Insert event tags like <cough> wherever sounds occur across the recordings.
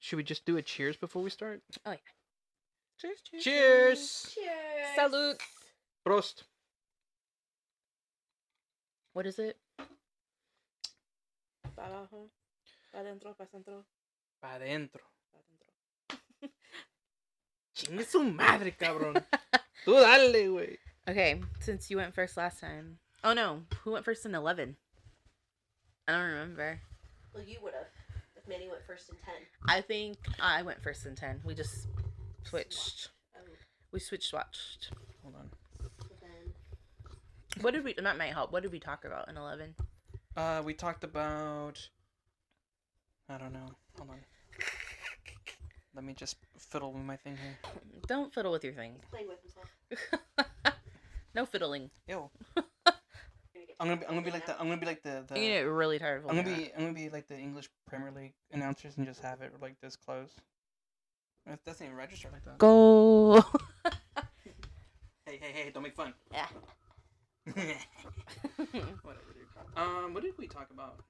Should we just do a cheers before we start? Cheers, cheers. Cheers! Cheers. Salute. Prost! What is it? Para abajo. Para adentro, para adentro, Pa' dentro. para adentro. <laughs> Chingue su madre, cabrón. Tú dale, güey. Okay, since you went first last time. Oh no, who went first in 11? I don't remember. Well, you would have if Manny went first in ten. I think I went first in 10. We just switched. Oh, We switched watched. Hold on. so then What did we that might help. What did we talk about in 11? Uh, we talked about. I don't know. Hold on. Let me just fiddle with my thing here. Don't fiddle with your thing. <laughs> playing with himself. no fiddling. Ew. I'm gonna be. I'm gonna be like the. I'm gonna be like the. I'm gonna the get really tired of Uh, I'm gonna holding be. I'm gonna be like the English Premier League announcers and just have it like this close. It doesn't even register like that. that. Go. Hey, hey, hey! Don't make fun. Yeah. <laughs> <laughs> Whatever, dude. Um, what did we talk about?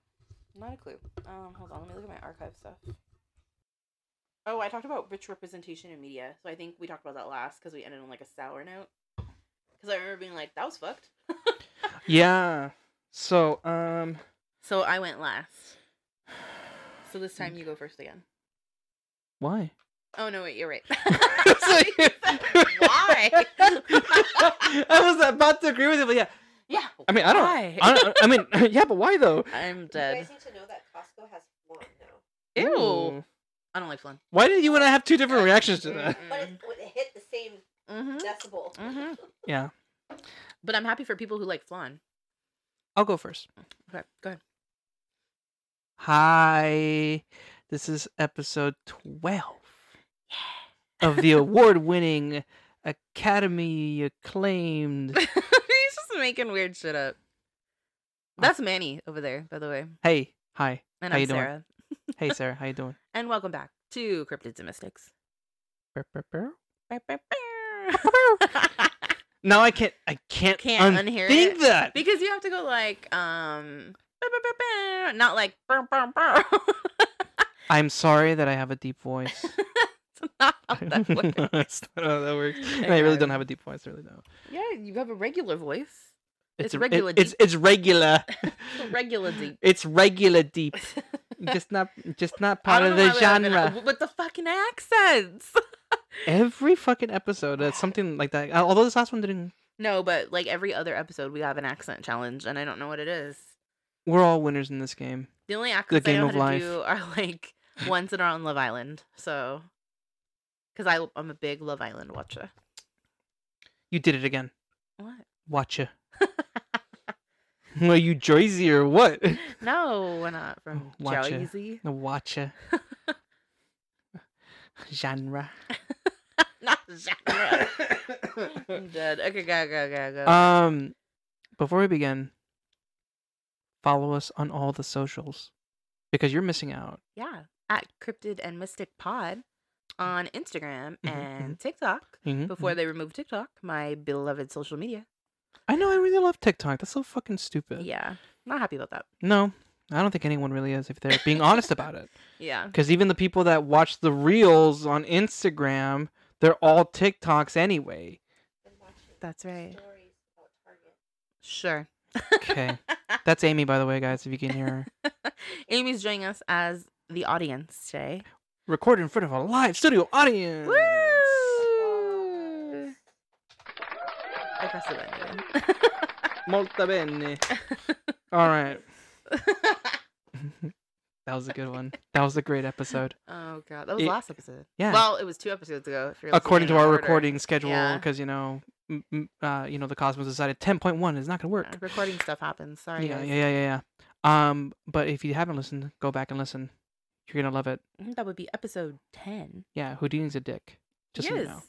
Not a clue. Um, hold on, let me look at my archive stuff. Oh, I talked about rich representation in media, so I think we talked about that last because we ended on like a sour note. Because I remember being like, "That was fucked." Yeah. So, um. So I went last. So this time you go first again. Why? <laughs> Oh no, wait, you're <laughs> right. <laughs> Why? <laughs> I was about to agree with you, but yeah. yeah. I mean, I don't. Why? I, don't- I mean, <laughs> yeah, but why though? I'm You dead. guys need to know that Costco has one now. Ew. Ooh. I don't like flan. Why did you and I have two different reactions to that? But it, but it hit the same Mm-hmm. decibel. Mm-hmm. <laughs> Yeah. But I'm happy for people who like flan. I'll go first. Okay, go ahead. Hi. This is episode 12 of the award winning, Academy acclaimed. <laughs> He's just making weird shit up. That's Manny over there, by the way, Hey. Hi. and How I'm you doing? Sarah. Hey, Sarah. How you doing? And welcome back to Cryptids and Mystics. Burp, burp, burp. because Now I can't. I can't, <laughs> Can't un- unhear think it. that. you have to go like um not like I'm sorry that I have a deep <laughs> voice. <laughs> it's not <laughs> how that works. That's not how that works. And I really don't have a deep voice. I really don't. Yeah, you have a regular voice. It's a- regular It's it's regular. It's a <laughs> regular <laughs> deep. It's regular <laughs> deep. just not just not part of the genre. with the fucking accents. <laughs> Every fucking episode, it's something like that. Al- Although this last one didn't. No, but like every other episode, we have an accent challenge, and I don't know what it is. We're all winners in this game. The only accents I game know of how to life. do are like ones that are on Love Island. So, because I'm a big Love Island watcher. You did it again. What? <gasps> <laughs> Watcha. <laughs> Are you Jersey or what? No, we're not from Watcha. Jersey. Watcha. <coughs> Genre. <laughs> not genre. I'm dead. Okay, go, go, go, go. Um, before we begin, follow us on all the socials because you're missing out. yeah, at Cryptid and Mystic Pod on Instagram Mhm, and TikTok. Mhm. Before they removed TikTok, my beloved social media. I know, I really love TikTok. That's so fucking stupid. Yeah, not happy about that. No, I don't think anyone really is if <laughs> they're being honest about it. Yeah, Because even the people that watch the reels on Instagram, they're all TikToks anyway. Been watching that's right. Stories about Target. Sure. <laughs> Okay. That's Amy, by the way, guys, if you can hear her. Amy's joining us as the audience today. Recorded in front of a live studio audience. Woo! I pressed the button <laughs> Molto bene. <laughs> All right. <laughs> that was a good one. That was a great episode. oh god, that was It- last episode. yeah. Well, it was two episodes ago. if you're According listening to our in order. recording schedule, Yeah. because you know, m- m- uh, you know, the Cosmos decided ten point one is not going to work. Yeah, recording stuff happens. Sorry. Yeah, guys. yeah, yeah, yeah, yeah. Um, but if you haven't listened, go back and listen. You're gonna love it. I think that would be episode ten. Yeah, Houdini's a dick. Just so you know.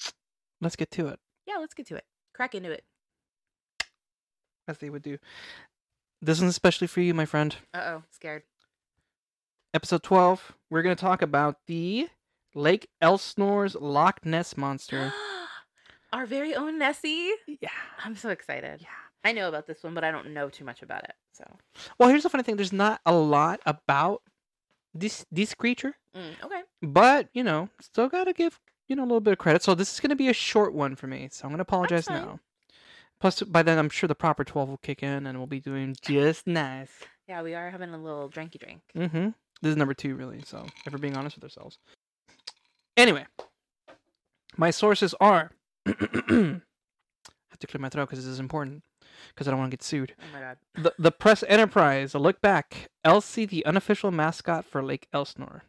Yes. Let's get to it. Yeah, let's get to it. Crack into it. As they would do. This one's especially for you, my friend. Uh oh, scared. Episode twelve. We're gonna talk about the Lake Elsnore's Loch Ness monster. <gasps> Our very own Nessie. yeah. I'm so excited. Yeah. I know about this one, but I don't know too much about it. So Well, here's the funny thing. There's not a lot about this this creature. Mm, okay. But you know, still gotta give you know a little bit of credit. So this is gonna be a short one for me. So I'm gonna apologize fine. now. Plus, by then I'm sure the proper twelve will kick in, and we'll be doing just nice. Yeah, we are having a little drinky drink. Mm-hmm. This is number two, really. So, if we're being honest with ourselves. Anyway, my sources are. <clears throat> I have to clear my throat because this is important. Because I don't want to get sued. Oh my god. The, the Press Enterprise, a look back. Elsie, the unofficial mascot for Lake Elsinore.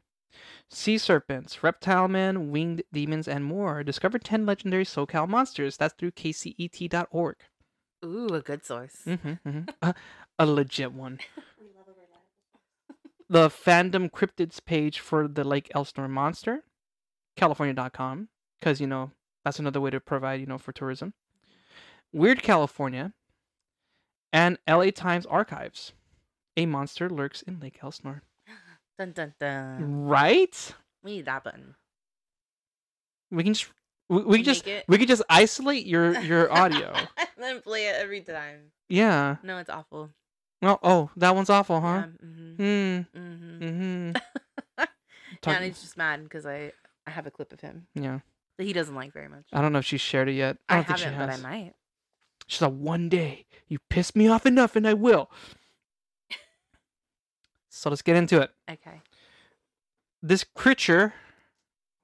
Sea serpents, reptile men, winged demons, and more. Discover 10 legendary SoCal monsters. That's through E kcet.org. Ooh, a good source. hmm hmm a, a legit one. We love a reliable. the fandom cryptids page for the Lake Elsinore monster, california.com, because, you know, that's another way to provide, you know, for tourism. Weird California, and LA Times Archives. A monster lurks in Lake Elsinore. Dun dun Mm. dun. Right? We need that button. We can just. We, we can just Make it- we could just isolate your <laughs> your audio. and then play it every time. yeah. No, it's awful. Well, oh, that one's awful, huh? mm-hmm. Hmm. Mm-hmm. Mm-hmm. Yeah, and he's just mad because I I have a clip of him yeah. that he doesn't like very much. I don't know if she's shared it yet. I I don't think she haven't, has. but I might. She's like, one day you piss me off enough and I <laughs> will. so let's get into it. Okay. This creature.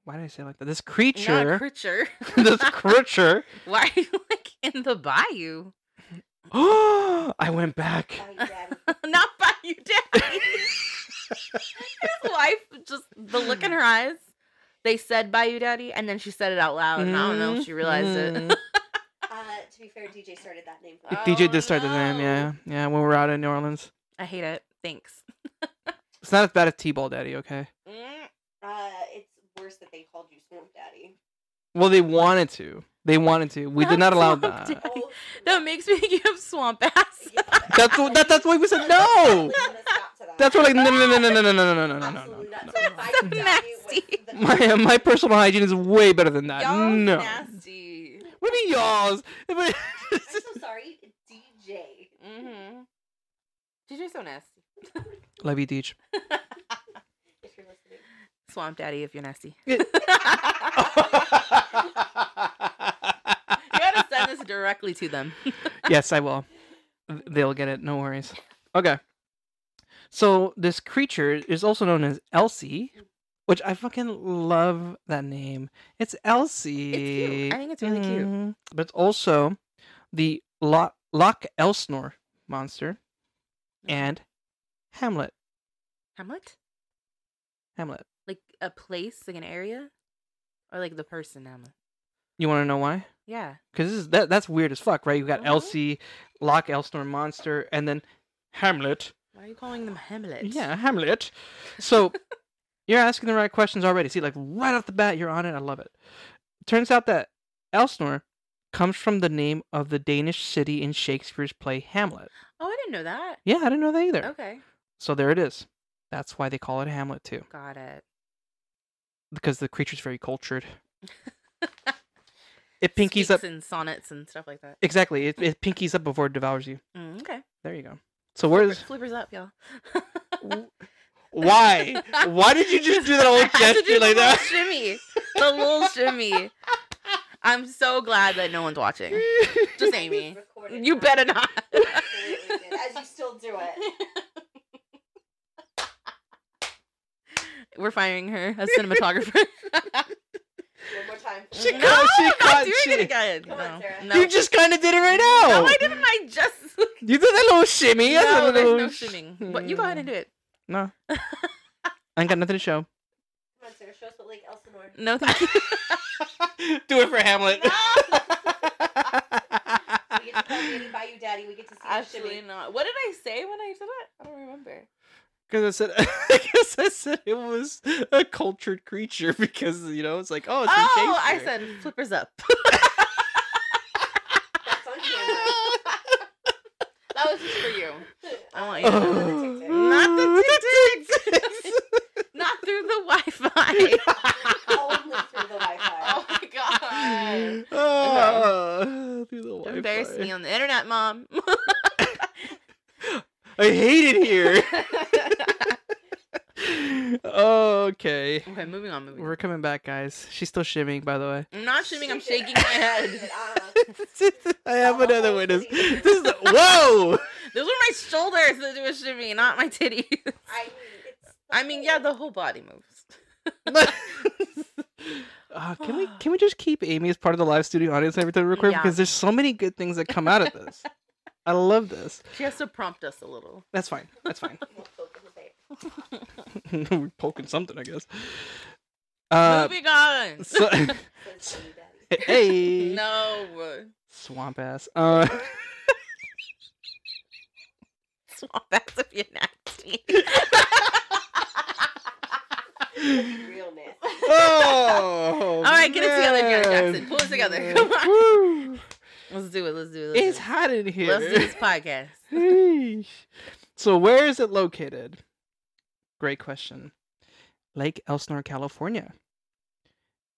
Why did I say it like that? This Not creature. <laughs> a <laughs> creature. this creature. <gasps> Why are you like in the bayou? <laughs> I went back. Oh, your daddy. Not bayou daddy. <laughs> His wife just the look in her eyes. They said bayou daddy, and then she said it out loud, and I don't know if Oh, she realized it. Mhm. Uh, to be fair, DJ started that name. Uh, DJ Oh, did start the name, no. yeah. Yeah, when we were out in New Orleans. I hate it. Thanks. It's not as bad as T Ball Daddy, okay? uh, it's worse that they called you Swamp Daddy. Well, they wanted to. They wanted to. We did not Not allow Swamp that. Daddy. Oh, That makes me <laughs> think of swamp ass. yeah. That's, wh- that, that's why we said no! That's what, like, no, no, no, no, no, no, no, no, no, no, no, no. Absolutely not. no. So if I could value Nasty. what the- My uh, my personal hygiene is way better than that. Y'all Uh, no. nasty. What do you mean <laughs> y'all's? But- I'm so sorry, DJ. Mm-hmm. DJ's so nasty. Love you, <laughs> Deej. If you're <laughs> listening, Swamp daddy, if you're nasty. Yeah. <laughs> You gotta send this directly to them. yes, I will. Th- They'll get it. No worries. Okay. So this creature is also known as Elsie, which I fucking love that name. It's Elsie. I think it's really cute. Mhm. But it's also the Lo- Loch Elsinore monster Uh-huh. and Hamlet. Hamlet? Hamlet. Like a place, like an area? Or like the person Hamlet? You want to know why? Yeah. Because this is that, that's weird as fuck, right? You got Mhm. Elsie, Locke, Elsinore, Monster, and then Hamlet. Why are you calling them Hamlet? Yeah, Hamlet. <laughs> So you're asking the right questions already. See, like right off the bat, you're on it. I love it. Turns out that Elsinore comes from the name of the Danish city in Shakespeare's play Hamlet. Oh, I didn't know that. Yeah, I didn't know that either. Okay. So there it is. That's why they call it Hamlet too, Got it. because the creature's very <laughs> cultured. It pinkies Speaks up and sonnets and stuff like that. exactly. It, it pinkies up before it devours you. Mm, okay. There you go. So where's Flippers up, y'all. <laughs> Why? Why did you just do that whole I had to gesture do like the <laughs> that? <laughs> Little shimmy. The little shimmy. I'm so glad that no one's watching. Just <laughs> Amy. recorded You that. better not. Absolutely did, As you still do it. <laughs> We're firing her as <laughs> cinematographer. One more time. She no, caught- <laughs> she not caught doing shit. it again. Come no, on, Sarah. no. You just kind of did it right now. No, I didn't. I just. You did that little shimmy. That's a no, there's little no sh- shimming. But you go ahead and do it. No. I ain't got nothing to <laughs> show. Come on, Sarah. Show us what Lake Elsinore. No, thank <laughs> you. <laughs> do it for <laughs> Hamlet. We get to call Danny by you, Daddy. We get to see you Absolutely shimmy. not. What did I say when I did it? I don't remember. Because I said, <laughs> I guess I said it was a cultured creature <laughs> because you know it's like, oh, it's from oh, I <laughs> Shakespeare. said flippers up. <laughs> That's on camera. <laughs> that was just for you. I want you. To know. Oh. Not the Not the Not through the Wi-Fi. <laughs> <laughs> Only through the Wi-Fi. oh my god. Ah, through the Don't Wi-Fi. embarrass me on the internet, mom. <laughs> <laughs> I hate it here. Okay. Okay, moving on. Moving. on. <laughs> We're coming back, guys. She's still shimming, by the way. I'm not shimming. I'm shaking my <laughs> head. <laughs> Uh, I have Oh, another oh, <laughs> witness. please. This is whoa. Those were my shoulders that was shimming, not my titties. <laughs> I mean, it's I mean, yeah, the whole body moves. Uh, can we can we just keep Amy as part of the live studio audience every time we record Yeah. because there's so many good things that come out of this. I love this. She has to prompt us a little. That's fine. That's fine. <laughs> Wait, We're poking something, I guess. Uh, Moving on. <laughs> so, <laughs> hey, no. swamp ass. Uh, <laughs> Swamp ass if you're <laughs> nasty. realness. oh, all right, get it together, Oh, Janet Jackson. Pull it together. <laughs> Come on. on. Let's do it. Let's do it. Let's It's do hot in it. here. Let's do this podcast. Yeesh. so where is it located? Great question. Lake Elsinore, California.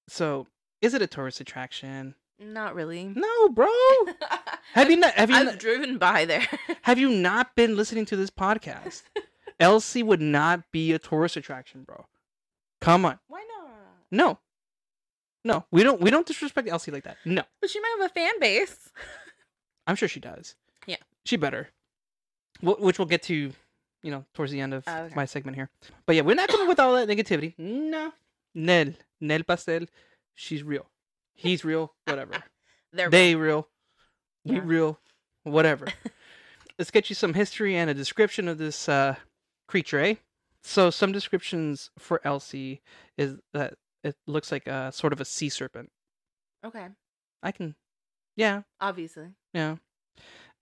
So is it a tourist attraction? Not really. No, bro. Have you not have you <laughs> I've not, driven by there. <laughs> have you not been listening to this podcast? Elsie would not be a tourist attraction, bro. Come on. Why not? No. No. We don't we don't disrespect Elsie like that. No. But she might have a fan base. I'm sure she does. Yeah. She better. Wh- which we'll get to, you know, towards the end of Oh, okay. my segment here. But yeah, we're not coming with all that <laughs> negativity. No. Nel. Nel Pastel. She's real. He's <laughs> real. Whatever. They're they real. We Yeah. real. <laughs> Whatever. Let's get you some history and a description of this uh, creature, eh? So some descriptions for Elsie is that it looks like a sort of a sea serpent. okay. I can, yeah, Obviously. yeah.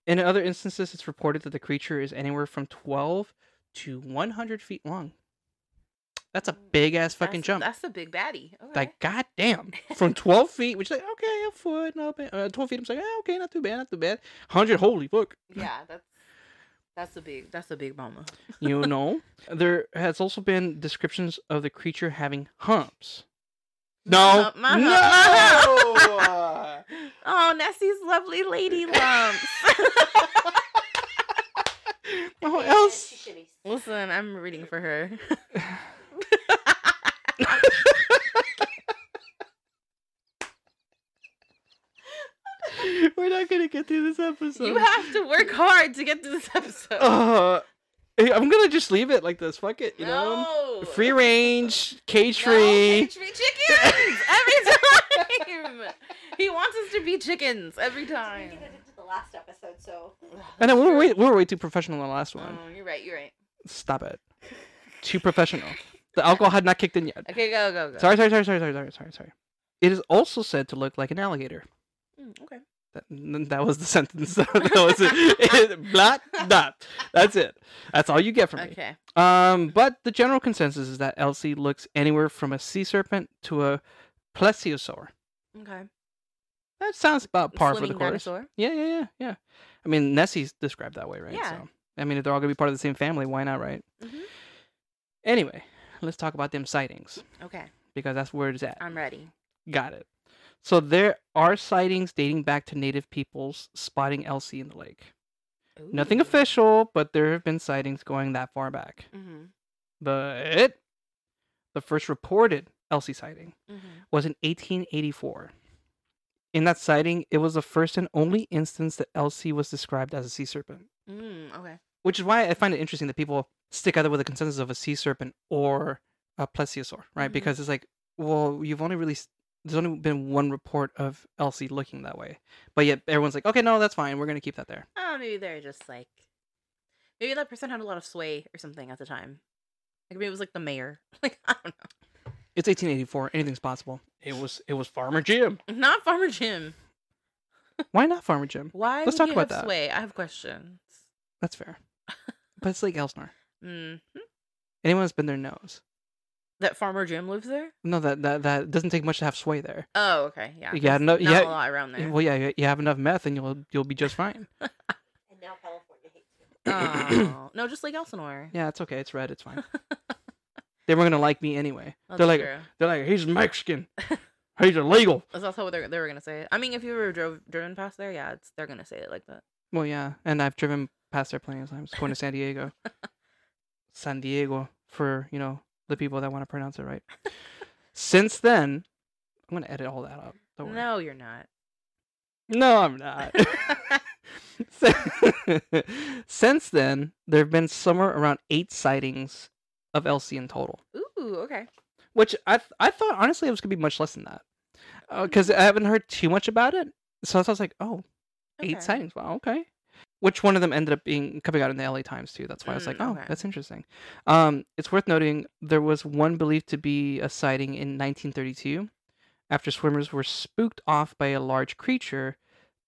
In other instances, it's reported that the creature is anywhere from 12 to 100 feet long. That's a Mm, big ass fucking That's- jump. That's the big baddie. Okay. Like, goddamn. <laughs> From 12 feet, which is like, okay, a foot, no bad. Uh, 12 feet, I'm like, eh, okay, not too bad, not too bad. 100, holy fuck. yeah, that's that's a big that's a big mama. <laughs> You know? There has also been descriptions of the creature having humps. No. hump, my hump, Oh, no! my <laughs> Uh, Oh, Nessie's lovely <laughs> lady lumps. <laughs> what else? Listen, I'm reading for her. We're not gonna get through this episode. <laughs> you have to work hard to get to this episode. Uh, hey, I'm gonna just leave it like this. Fuck it, you no. know. Free range, cage No, free. cage-free chickens every time. <laughs> he wants us to be chickens every We time. did it into the last episode, so and then we were way, we were way too professional on the last one. Oh, you're right. You're right. Stop it. Too professional. The alcohol had not kicked in yet. Okay, go go go. Sorry, sorry, sorry, sorry, sorry, sorry, sorry, sorry. It is also said to look like an alligator. Mm, okay. That, n- that was the <laughs> sentence. that was it. it blah, dot. That's it. That's all you get from me. Okay. Um, but the general consensus is that Elsie looks anywhere from a sea serpent to a plesiosaur. Okay. That sounds about par for the Swimming course. dinosaur. Yeah, yeah, yeah, yeah. I mean, Nessie's described that way, right? Yeah. So, I mean, if they're all gonna be part of the same family, why not, right? Mhm. Anyway, let's talk about them sightings Okay, because that's where it's at. I'm ready. Got it. So there are sightings dating back to native peoples spotting Elsie in the lake. Nothing official, but there have been sightings going that far back. Mm-hmm. But the first reported Elsie sighting Mm-hmm. was in 1884. In that sighting, it was the first and only instance that Elsie was described as a sea serpent, Mm, okay. which is why I find it interesting that people stick either with a consensus of a sea serpent or a plesiosaur, right? Mhm. Because it's like, well, you've only really, s- there's only been one report of Elsie looking that way. But yet everyone's like, okay, no, that's fine. We're going to keep that there. Oh, maybe they're just like, maybe that person had a lot of sway or something at the time. Like maybe it was like the mayor. <laughs> Like I don't It's 1884. Anything's possible. It was it was Farmer Jim. know. Not Farmer Jim. <laughs> Why not Farmer Jim? Why Let's would talk you about have that. sway? I have questions. That's <laughs> fair. But it's like Elsinore. Mm. Anyone that's been there knows. That Farmer Jim lives there. No, that that that doesn't take much to have sway there. Oh, okay. Yeah. Yeah, there's no- Not yeah, a lot around there. Well, yeah, you- you have enough meth and you'll you'll be just <coughs> fine. and now California hates me. <clears throat> oh. No, just like Elsinore. Yeah, it's okay. It's red. It's <laughs> fine. they were gonna like me anyway. That's they're like true. they're like he's Mexican. he's illegal. That's also what they're, they were gonna say. I mean, if you ever drove driven past there, yeah, it's, they're gonna say it like that. Well, yeah, and I've driven past there plenty of times. Going to San Diego, San Diego for you know the people that want to pronounce it right. Since then, I'm gonna edit all that up. Don't worry. No, you're <laughs> not. No, I'm not. Si- <laughs> Since then, there have been somewhere around eight sightings of LC in total, Ooh, okay. which I th- I thought honestly it was gonna be much less than that, because I haven't heard too much about it. So I was like, oh, eight Okay. sightings. Wow, okay. Which one of them ended up being coming out in the LA Times too. That's why I was like, Mm, oh, okay. that's interesting. Um, it's worth noting there was one believed to be a sighting in 1932, after swimmers were spooked off by a large creature,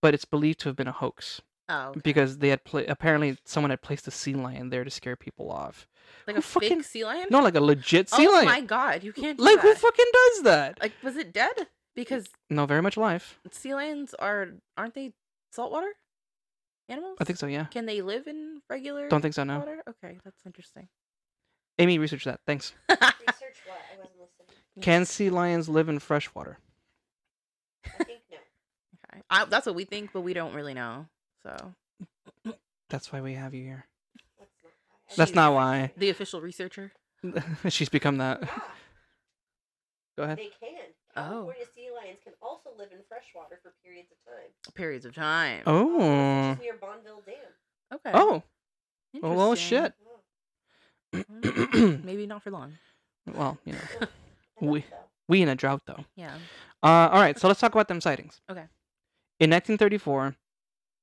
but it's believed to have been a hoax Oh, okay. because they had pla- apparently someone had placed a sea lion there to scare people off. like who a fucking- fake sea lion. No, like a legit sea oh lion. my god, you can't. Do like who that. fucking does that? like was it dead? Because No, very much life. sea lions are aren't they saltwater animals? I think so. <laughs> Yeah. Can they live in regular Don't think so. No. water? Okay, that's interesting. <laughs> Amy, research that. Thanks. Research what? I wasn't listening. Can sea lions live in fresh water? I think no. Okay. I, that's what we think, but we don't really know. So That's why we have you here. <laughs> That's not why. I That's not why. didn't know. the official researcher. She's become that. Ah, Go ahead. <laughs> they can. Oh. California sea lions can also live in freshwater for periods of time. Periods of time. Oh. Mm. Such as near Bonneville Dam. Okay. Oh. Oh, well, interesting. shit. Oh, Mm, Maybe not for long. Oh. <clears throat> well, you know, oh, I thought We- <laughs> so. we in a drought though. Yeah. Uh, all right, so let's talk about them sightings. Okay. In 1934,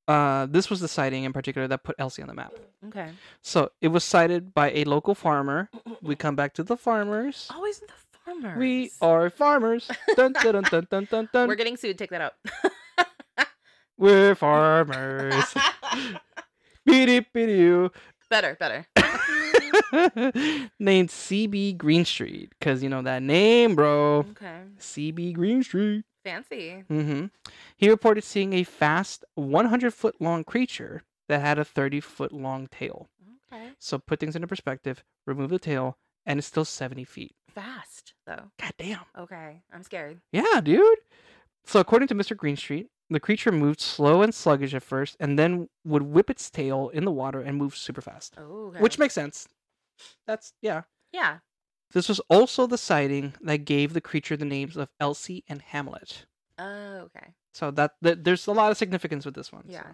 uh, this was the sighting in particular that put Elsie on the map. Okay. So it was sighted by a local farmer. We come back to the farmers. Always the farmers. We are <laughs> farmers. Dun, dun, dun, dun, dun, dun, dun. We're We're, getting sued. Take that out. <laughs> farmers. <laughs> <laughs> Beep, beep, better. Better. <laughs> Named CB Green Street. Because, you know, that name, bro. Okay. CB Green Street. Fancy. hmm He reported seeing a fast 100 foot long creature that had a 30 foot long tail. Okay. So put things into perspective, remove the tail, and it's still 70 feet. Fast though. God damn. Okay. I'm scared. Yeah, dude. So according to Mr. Greenstreet, the creature moved slow and sluggish at first and then would whip its tail in the water and move super fast, Oh. Okay. which makes sense. That's, yeah. yeah. This was also the sighting that gave the creature the names of Elsie and Hamlet. Oh. Okay. <laughs> So that, th there's a lot of significance with this one. Yeah. so.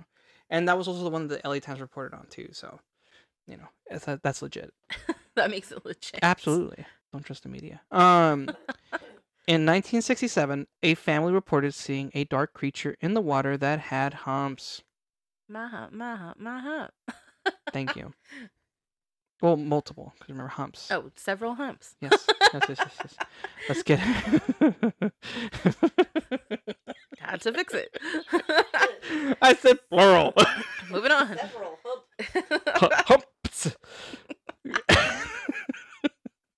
And that was also the one that the LA Times reported on too. So, you know, it's a- that's legit. That makes it legit. Absolutely. Don't trust the media. <laughs> Um, in 1967, a family reported seeing a dark creature in the water that had humps. My hump. My hump. My hump. <laughs> Thank you. well, multiple, because remember humps. Oh, several humps. Yes, yes, yes, yes, yes. Let's get <laughs> Had to fix it. <laughs> I said plural. <laughs> Moving on. <laughs> Several hump. Hu- humps.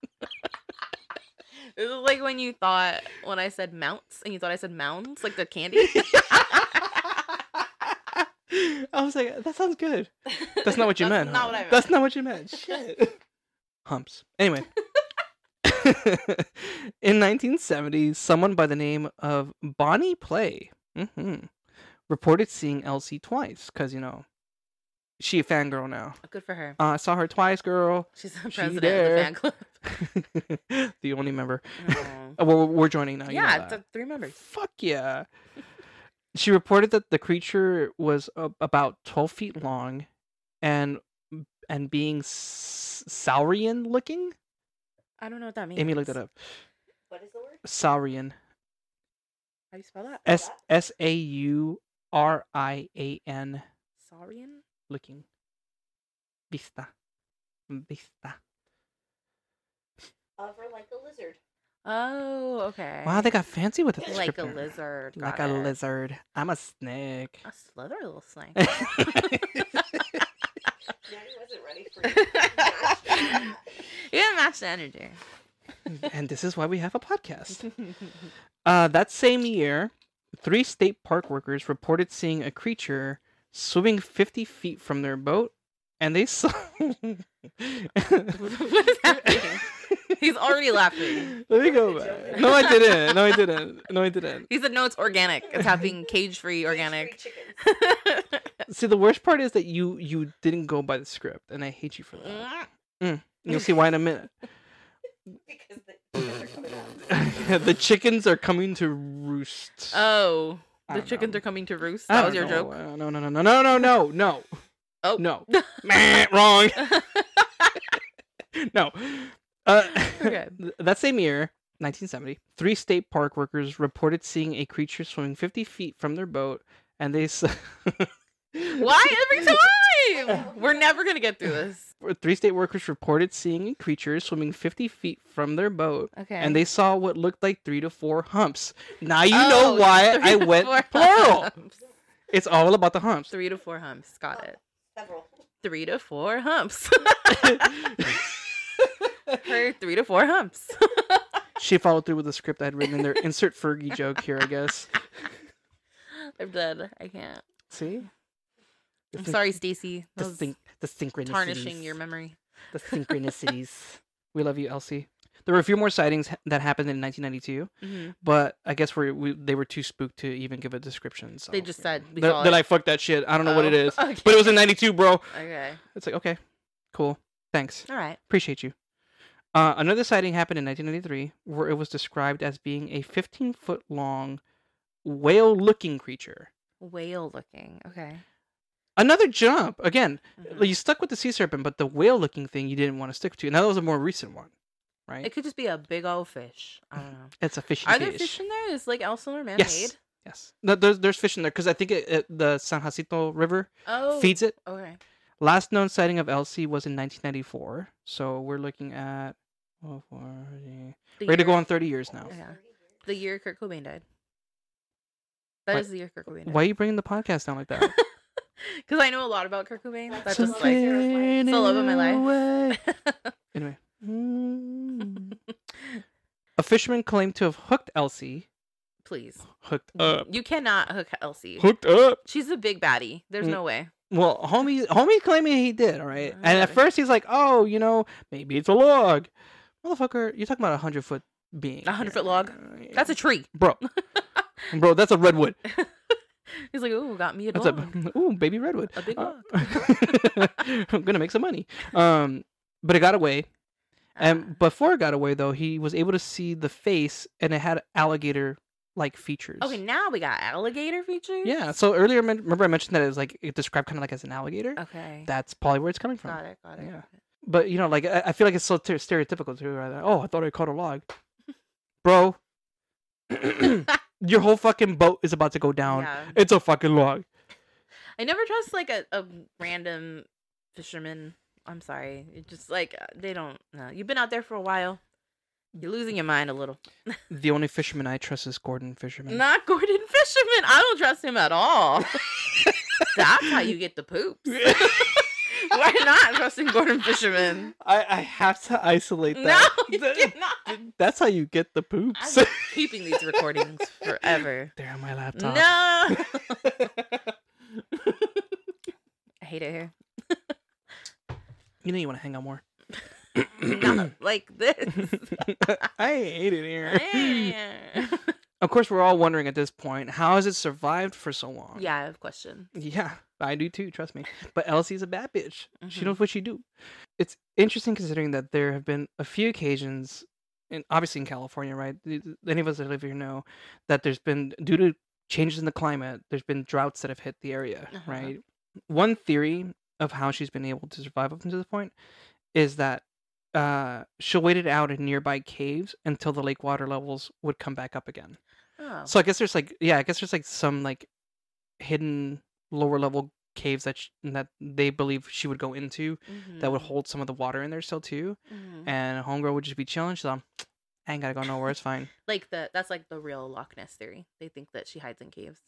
<laughs> <laughs> This is like when you thought when I said mounts and you thought I said mounds, like <laughs> the candy. I was like, that sounds good. That's not what you meant. That's huh? not what I meant. That's not what you meant. <laughs> Shit. Humps. Anyway. <laughs> In 1970, someone by the name of Bonnie Play mhm, reported seeing Elsie twice because, you know, she a fangirl now. Good for her. Uh, I saw her twice, girl. <laughs> She's the She president of the there. fan <laughs> club. the only member. <laughs> Oh. Uh, We're, we're joining now. you know yeah, that. it's a three members. Fuck yeah. she reported that the creature was a- about 12 feet long and and being s- saurian looking. I don't know what that means. Amy looked it up. What is the word? Saurian. How do you spell that? S S A U R I A N Saurian? looking. Vista. Vista. Hover like a lizard. Oh, okay. Wow, they got fancy with the like a descriptor. lizard. Like got a it. lizard. I'm a <laughs> snake. A slither little <laughs> snake. No, I wasn't ready <laughs> for you. Gosh. you didn't match the energy. and this is why we have a podcast. Uh, that same year, three state park workers reported seeing a creature swimming 50 feet from their boat, and they saw. <laughs> What is happening? He's already laughing. Let me go Did you back. open No, it? I didn't. No, I didn't. No, I didn't. He said, no, it's organic. It's happening cage free <laughs> organic. Cage-free chickens. See, the worst part is that you you didn't go by the script, and I hate you for that. Mm. You'll see why in a minute. <laughs> because the they're coming out. the chickens are coming to roost. Oh, I the don't chickens know. are coming to roost. I That was your don't know. joke. Uh, No, no, no, no, no, no, no, no. Oh. <laughs> no. Meh, wrong. no. Uh, Okay. <laughs> th- that same year, 1970, three state park workers reported seeing a creature swimming 50 feet from their boat, and they. s- <laughs> Why <laughs> every time? We're never gonna get through this. Three state workers reported seeing a creature swimming 50 feet from their boat, Okay. and they saw what looked like three to four humps. Now you Oh, know why <laughs> three I to went four plural. humps. It's all about the humps. Three to four humps. Got it. Several. Three to four humps. <laughs> <laughs> she Her <laughs> three to four humps. followed through with the script I had written in there. Insert Fergie joke here, I guess. I'm dead. I can't. See? The I'm syn- sorry, Stacy. The, That was syn- the synchronicities. tarnishing your memory. The synchronicities. <laughs> we love you, Elsie. There were a few more sightings ha- that happened in 1992, Mhm. but I guess we're, we they were too spooked to even give a description. So They just said, "We they're, saw they're it." like, "Fuck that shit. I don't know what it Oh, is." Okay. But it was in '92, bro. okay. It's like, okay, cool, thanks. All right. Appreciate you. Uh, another sighting happened in 1993 where it was described as being a 15 foot long whale looking creature. Whale looking. Okay. Another jump. Again, Mhm. you stuck with the sea serpent, but the whale looking thing you didn't want to stick to. Now, that was a more recent one, right? It could just be a big old fish. I don't know. it's a fishy Are fish. there fish in there? Is like Elsinore man made? Yes. Yes. No, there's, there's fish in there because I think it, it, the San Jacinto River Oh. feeds it. Okay. Last known sighting of Elsie was in 1994. So we're looking at. oh, four, yeah. We're The going to year- go on 30 years now. Yeah. The year Kurt Cobain died. That is Why- the year Kurt Cobain died. Why are you bringing the podcast down like that? Because I know a lot about Kurt Cobain. That's just Something- like. Something the love of my life. <laughs> away. anyway. Mm. A fisherman claimed to have hooked Elsie. Please. Hooked up. You cannot hook Elsie. Hooked up. She's a big baddie. There's Mm. no way. Well, homie, homie claiming he did, all right? And at Alright. first he's like, oh, you know, maybe it's a log. Motherfucker, you're talking about a 100 foot being. A 100 foot log? That's a tree. <laughs> Bro. Bro, that's a redwood. He's like, ooh, got me a That's dog. a. <laughs> A, Ooh, baby redwood. big Uh, dog. <laughs> I'm gonna make some money. Um, but it got away. And before it got away, though, he was able to see the face, and it had alligator-like features. <laughs> okay, now we got alligator features. Yeah. So earlier, men- remember I mentioned that it was like it described kind of like as an alligator. Okay. That's probably where it's coming from. got it. Got it. Yeah. got it. But you know, like I, I feel like it's so ter- stereotypical too. Right? Like, oh, I thought I caught a <laughs> log, bro. Your whole fucking boat is about to go down. Yeah. It's a fucking log. I never trust like a, a random fisherman. I'm sorry. It just like uh, they don't know. You've been out there for a while. You're losing your mind a little. The only fisherman I trust is Gordon Fisherman. Not Gordon <laughs> Fisherman. I don't trust him at all. <laughs> That's how you get the poops. Why not trusting Gordon Fisherman? I, I have to isolate No, that. <laughs> you Th- cannot. That's how you get the poops. I'm keeping these recordings <laughs> forever. They're on my No, laptop. I hate <clears throat> it here. <laughs> You know you want to hang out <laughs> more. Not like this. <laughs> <laughs> I hate it here. yeah, Of course, we're all wondering at this point, how has it survived for so long? I have a question. Yeah, I do too, trust me. But Elsie's a bad bitch. She Mhm. knows what she do. It's interesting considering that there have been a few occasions, and obviously in California, right? th- th- Any of us that live here know that there's been due to changes in the climate, there's been droughts that have hit the area, Uh-huh. right? One theory of how she's been able to survive up until this point is that uh, she'll wait it out in nearby caves until the lake water levels would come back up again. Oh. So I guess there's like yeah, I guess there's like some like hidden lower level caves that sh- that they believe she would go into Oh. that Mm. would hold some of the water in there still too. Mhm. And homegirl would just be chilling. She's like, I ain't gotta go nowhere. It's <laughs> fine. like the that's like the real Loch Ness theory. They think that she hides in caves.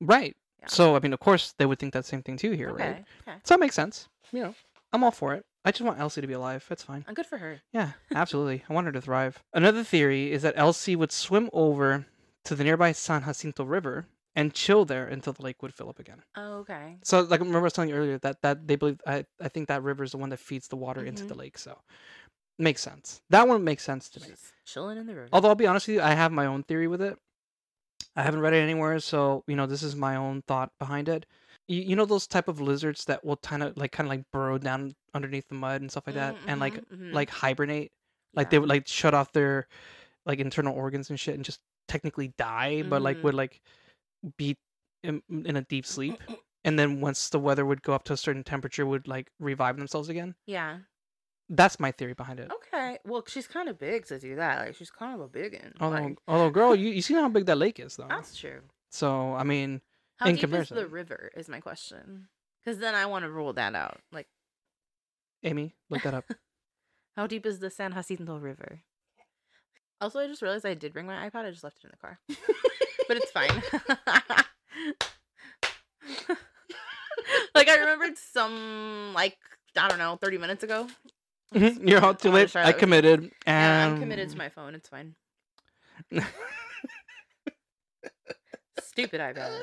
right. Yeah. So I mean, of course they would think that same thing too here, okay, right? okay, So it makes sense. You know, I'm all for it. I just want Elsie to be alive. That's fine. I'm Uh, good for her. Yeah, <laughs> absolutely. I want her to thrive. Another theory is that Elsie would swim over to the nearby San Jacinto River and chill there until the lake would fill up again. Oh, okay, So like remember I was telling you earlier that that they believe I I think that river is the one that feeds the water into Mhm. the lake. So makes sense. That one makes sense to me. Just chilling in the river. Although I'll be honest with you, I have my own theory with it. I haven't read it anywhere, so you know this is my own thought behind it. You, you know those type of lizards Mm-hmm, Mm, that will kind of like kind of like burrow down underneath the mud and stuff like that, and like Mhm, mhm, mhm. like hibernate Like they would like shut off their like internal organs and shit and just technically die, but like Mhm. would like be in, mm, in a deep sleep. <clears throat> And then once the weather would go up to a certain temperature, would like revive themselves again. Yeah. That's my theory behind it. Okay. Well, she's kind of big to do that. Like she's kind of a biggin. Although, like, although, girl, you <laughs> you seen how big that lake is though. that's true. So I mean, How in deep is the comparison. river? Is my question. Because then I want to rule that out. Like, Amy, look <laughs> that up. <laughs> how deep is the San Jacinto River? Also, I just realized I did bring my iPad. I just left it in the car, <laughs> but <laughs> it's fine. like I remembered some like I don't know thirty minutes ago. Mhm, You're all wanted- too wanted to late. try I um, that with- committed. Yeah, And I'm committed to my phone. <laughs> It's fine. Stupid iPad.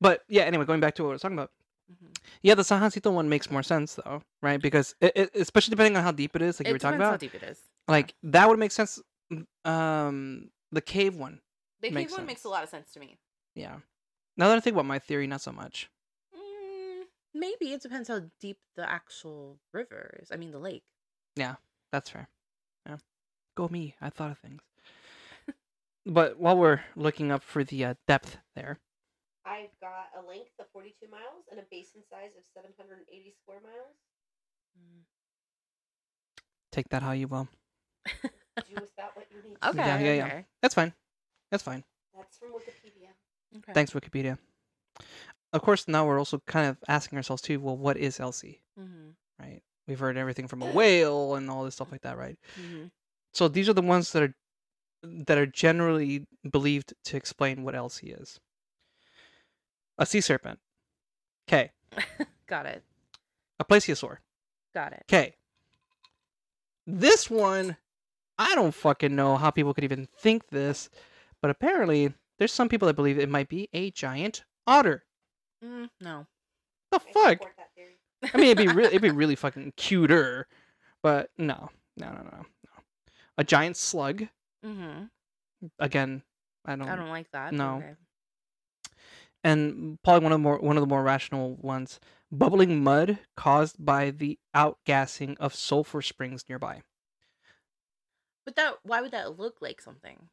But yeah, anyway, going back to what I was talking about. Mhm. Yeah, the San Jacinto one makes more sense though, right? Because it, it, especially depending on how deep it is, like you it were talking depends how about, deep it is. like that would make sense. Um, the cave one, They cave Makes one makes a lot of sense to me. yeah. Now that I think about my theory, not so much. Mm, maybe it depends how deep the actual river is. I mean, the lake. That's fair. Yeah, go me. I thought of things. but while we're looking up for the uh, depth there, I've got a length of 42 miles and a basin size of 780 square miles. Mm. take that how you will. Do with that what you need. to. Okay. Yeah, yeah, yeah. Mm. okay. That's fine. That's fine. That's from Wikipedia. okay. Thanks, Wikipedia. Of course, now we're also kind of asking ourselves too. Well, what is Elsie? Mhm, Right? We've heard everything from a whale and all this stuff like that, right? mhm. so these are the ones that are that are generally believed to explain what else he is a sea serpent okay Got it. a plesiosaur Got it. okay this one i don't fucking know how people could even think this but apparently there's some people that believe it might be a giant otter Mm, no. the I fuck support that theory. i mean it'd be really it'd be really fucking cuter but no no no no no a giant slug hmm again i don't I don't like that. Um, but no. okay. and probably one of the more one of the more rational ones bubbling mud caused by the outgassing of sulfur springs nearby But that, why would that look like something?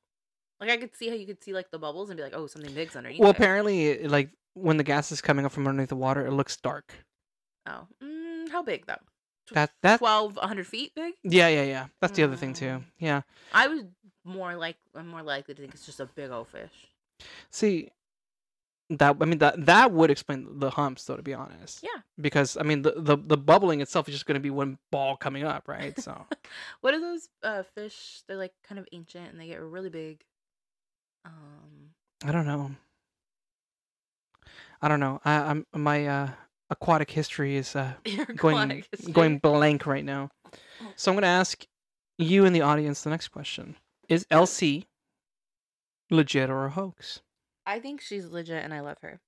Like I could see how you could see like the bubbles and be like, oh, something big's underneath. well it. apparently it- like when the gas is coming up from underneath the water it looks dark Oh, mm, how big though? that that 12, 100 feet big? yeah yeah yeah that's the other thing too Mm. yeah I was more like, I'm more likely to think it's just a big old fish. see that i mean that that would explain the humps though to be honest Yeah. because i mean the the, the bubbling itself is just going to be one ball coming up right so What are those uh, fish? They're like kind of ancient and they get really big. Um, <laughs> I don't know. I don't know. I, I'm my uh, aquatic history is uh, your <laughs> going aquatic history. going blank right now. Oh. So I'm gonna ask you in the audience the next question: Is Elsie legit or a hoax? I think she's legit and I love her.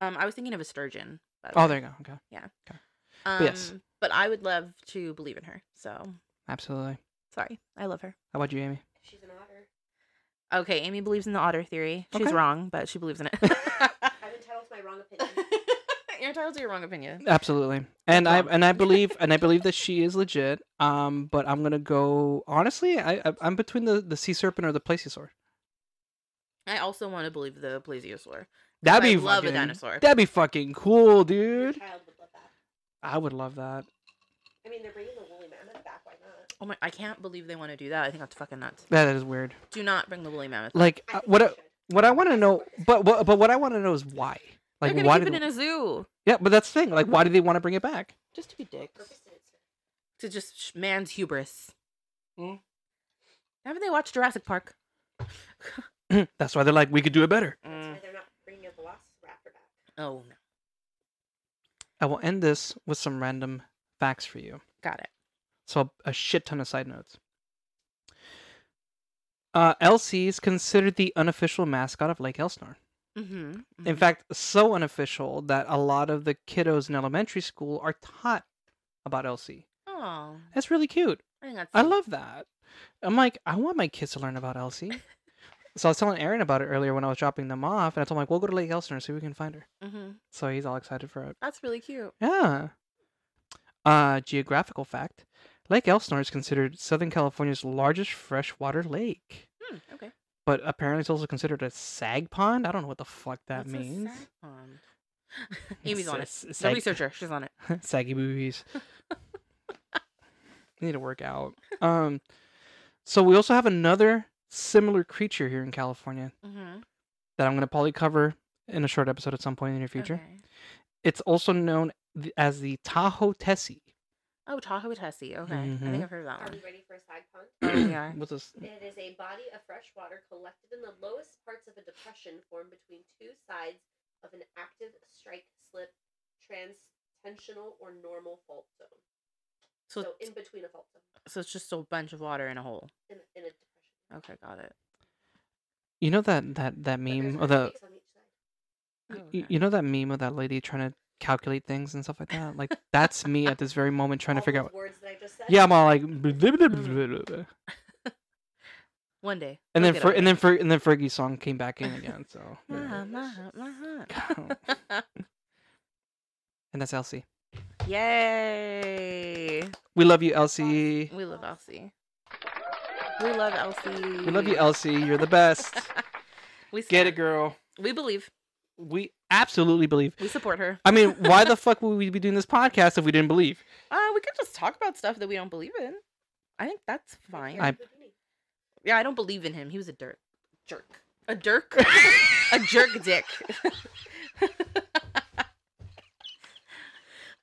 Um, I was thinking of a sturgeon. by the Oh, way. there you go. Okay, Um, yes. But I would love to believe in her. So absolutely. sorry, I love her. How about you, Amy? She's an otter. Okay, Amy believes in the otter theory. She's Okay. wrong, but she believes in it. <laughs> <laughs> I'm entitled to my wrong opinion. You're entitled to your wrong opinion. Absolutely. And I wrong. and I believe <laughs> and I believe that she is legit. Um, but I'm gonna go honestly. I, I I'm between the the sea serpent or the plesiosaur. I also want to believe the plesiosaur. 'cause That'd be I love fucking, a dinosaur. That'd be fucking cool, Your dude. child would love that. I would love that. I mean, they're bringing the woolly mammoth back. Why not? Oh my! I can't believe they want to do that. I think that's fucking nuts. That is weird. Do not bring the woolly mammoth. Like I uh, think what? they I, should. what I want to know, but what? But what I want to know is why. Like They're why gonna keep did? it in a zoo yeah, but that's the thing. Like why do they want to bring it back? <clears throat> just to be dicks. Purpose is- to just sh- man's hubris. Mm. Haven't they watched Jurassic Park? that's why they're like we could do it better. That's why they're not bringing a velociraptor back. Oh no, I will end this with some random facts for you. got it. So a shit ton of side notes. Uh, Elsie is considered the unofficial mascot of Lake Elsinore. Mm-hmm. In fact, so unofficial that a lot of the kiddos in elementary school are taught about Elsie. oh, That's really cute. I think that's. I love that. I'm like, I want my kids to learn about Elsie. so I was telling Aaron about it earlier when I was dropping them off, and I told him like, we'll go to Lake Elsinore see if we can find her. hmm So he's all excited for it. That's really cute. Yeah. Uh, geographical fact: Lake Elsinore is considered Southern California's largest freshwater lake, Hmm, okay. but apparently it's also considered a sag pond. I don't know what the fuck that What's a means. <laughs> sag pond? Amy's on it. It's- She's it's a sag- researcher. She's on it. <laughs> saggy boobies. <laughs> need to work out. Um, so we also have another similar creature here in California Mm-hmm. that I'm going to probably cover in a short episode at some point in the near future. Okay. It's also known th- as the Tahoe Tessie. Oh, Tahoe Tessie. Okay. I Mhm. think I've heard of that Are one. we ready for a sag pond? <clears throat> Oh, we are. What's this? It is a body of fresh water collected in the lowest parts of a depression formed between two sides of an active strike slip transtensional or normal fault zone. So, So, in between a fault zone so it's just a bunch of water in a hole. in, in a depression. Okay, got it. You know that that that But there's meme of the earthquakes on each side. Oh, y- okay. you know that meme of that lady trying to calculate things and stuff like that. Like that's me at this very moment trying <laughs> All to Oh, figure those out. words that I just said. Yeah, I'm all like, Mm. <laughs> One day. and then you'll get Fer- over and it. then Fer- and then Fergie's song came back in again. So yeah. Ah, my heart, my Uh-huh. <laughs> God. heart. and that's Elsie. <laughs> Yay! We love you, Elsie. We love Elsie. We love Elsie. We love you, Elsie. You're the best. <laughs> we Get it, support- girl. We believe. We absolutely believe. We support her. I mean, why the fuck would we be doing this podcast if we didn't believe? <laughs> Uh, we could just talk about stuff that we don't believe in. I think that's fine. I- yeah, I don't believe in him. He was a dirt jerk. A <laughs> dirk. a jerk <laughs> dick.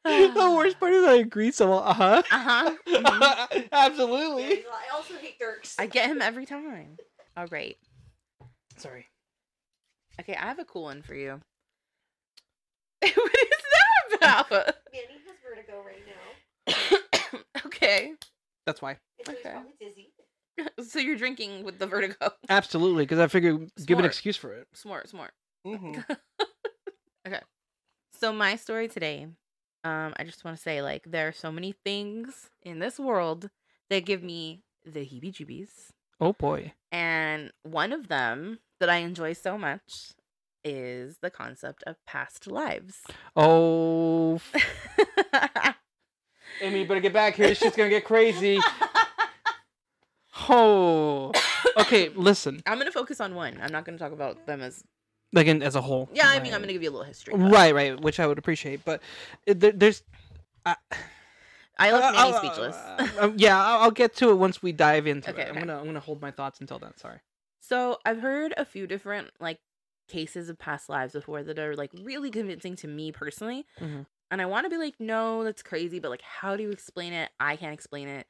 Oh, the worst part is I agree so well. Uh <sighs> Uh-huh. Mhm. huh. <laughs> absolutely. I also hate Dirks. I get him every time. All right. Sorry. Okay, I have a cool one for you. <laughs> what is that about? Manny has vertigo right now. <coughs> okay. That's why. And so he's Okay. probably dizzy. So you're drinking with the vertigo. Absolutely, because I figured give an Smart. excuse for it. Smart, smart. Mm-hmm. <laughs> So my story today, um, I just want to say like there are so many things in this world that give me the heebie-jeebies, Oh boy. and one of them that I enjoy so much is the concept of past lives. <laughs> Oh, f- Amy, you better get back here. She's gonna get <laughs> crazy. Oh. <coughs> Okay, listen. I'm gonna focus on one. I'm not gonna talk about them as Like in, as a whole. yeah. I mean, I'm gonna give you a little history. but Right, right, which I would appreciate, but it- there, there's I left Manny I'll- speechless. uh, um, yeah, I'll, I'll get to it once we dive into Okay, it. I'm okay. gonna I'm gonna hold my thoughts until then. Sorry. So I've heard a few different like cases of past lives before that are like really convincing to me personally. Mhm. And I want to be like, no, that's crazy, but like, how do you explain it? I can't explain it.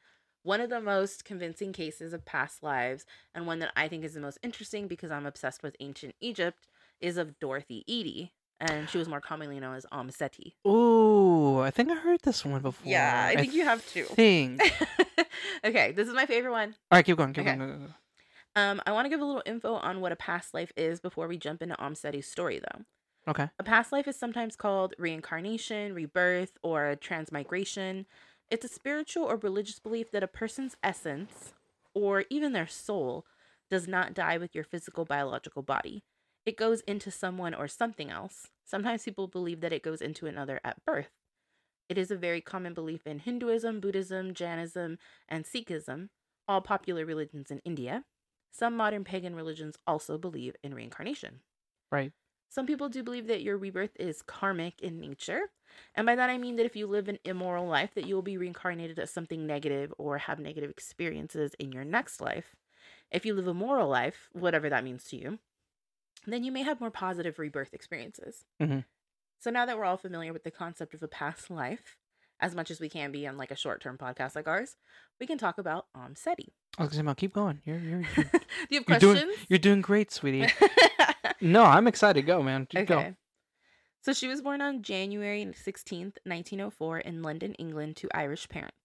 One of the most convincing cases of past lives, and one that I think is the most interesting because I'm obsessed with ancient Egypt, is of Dorothy Edie. And she was more commonly known as Amseti. Ooh, I think I heard this one before. Yeah, I think you have too. Think. <laughs> All <laughs> okay, this is my favorite one. right, keep going. Keep Okay. going. go, go, go. Um, I want to give a little info on what a past life is before we jump into Omseti's story, though. Okay. A past life is sometimes called reincarnation, rebirth, or transmigration. It's a spiritual or religious belief that a person's essence, or even their soul, does not die with your physical biological body. It goes into someone or something else. Sometimes people believe that it goes into another at birth. It is a very common belief in Hinduism, Buddhism, Jainism, and Sikhism, all popular religions in India. Some modern pagan religions also believe in reincarnation. Right. Some people do believe that your rebirth is karmic in nature. And by that I mean that if you live an immoral life that you will be reincarnated as something negative or have negative experiences in your next life. If you live a moral life, whatever that means to you, then you may have more positive rebirth experiences. Mhm. So now that we're all familiar with the concept of a past life, as much as we can be on like a short-term podcast like ours, we can talk about Omseti. I was gonna say, Mel, keep going. You're you're <laughs> Do you're, you have Mm-hmm. you're questions? doing you're doing great, <laughs> sweetie. No, I'm excited. Go, man. Keep okay. So she was born on January 16th, 1904, in London, England, to Irish parents.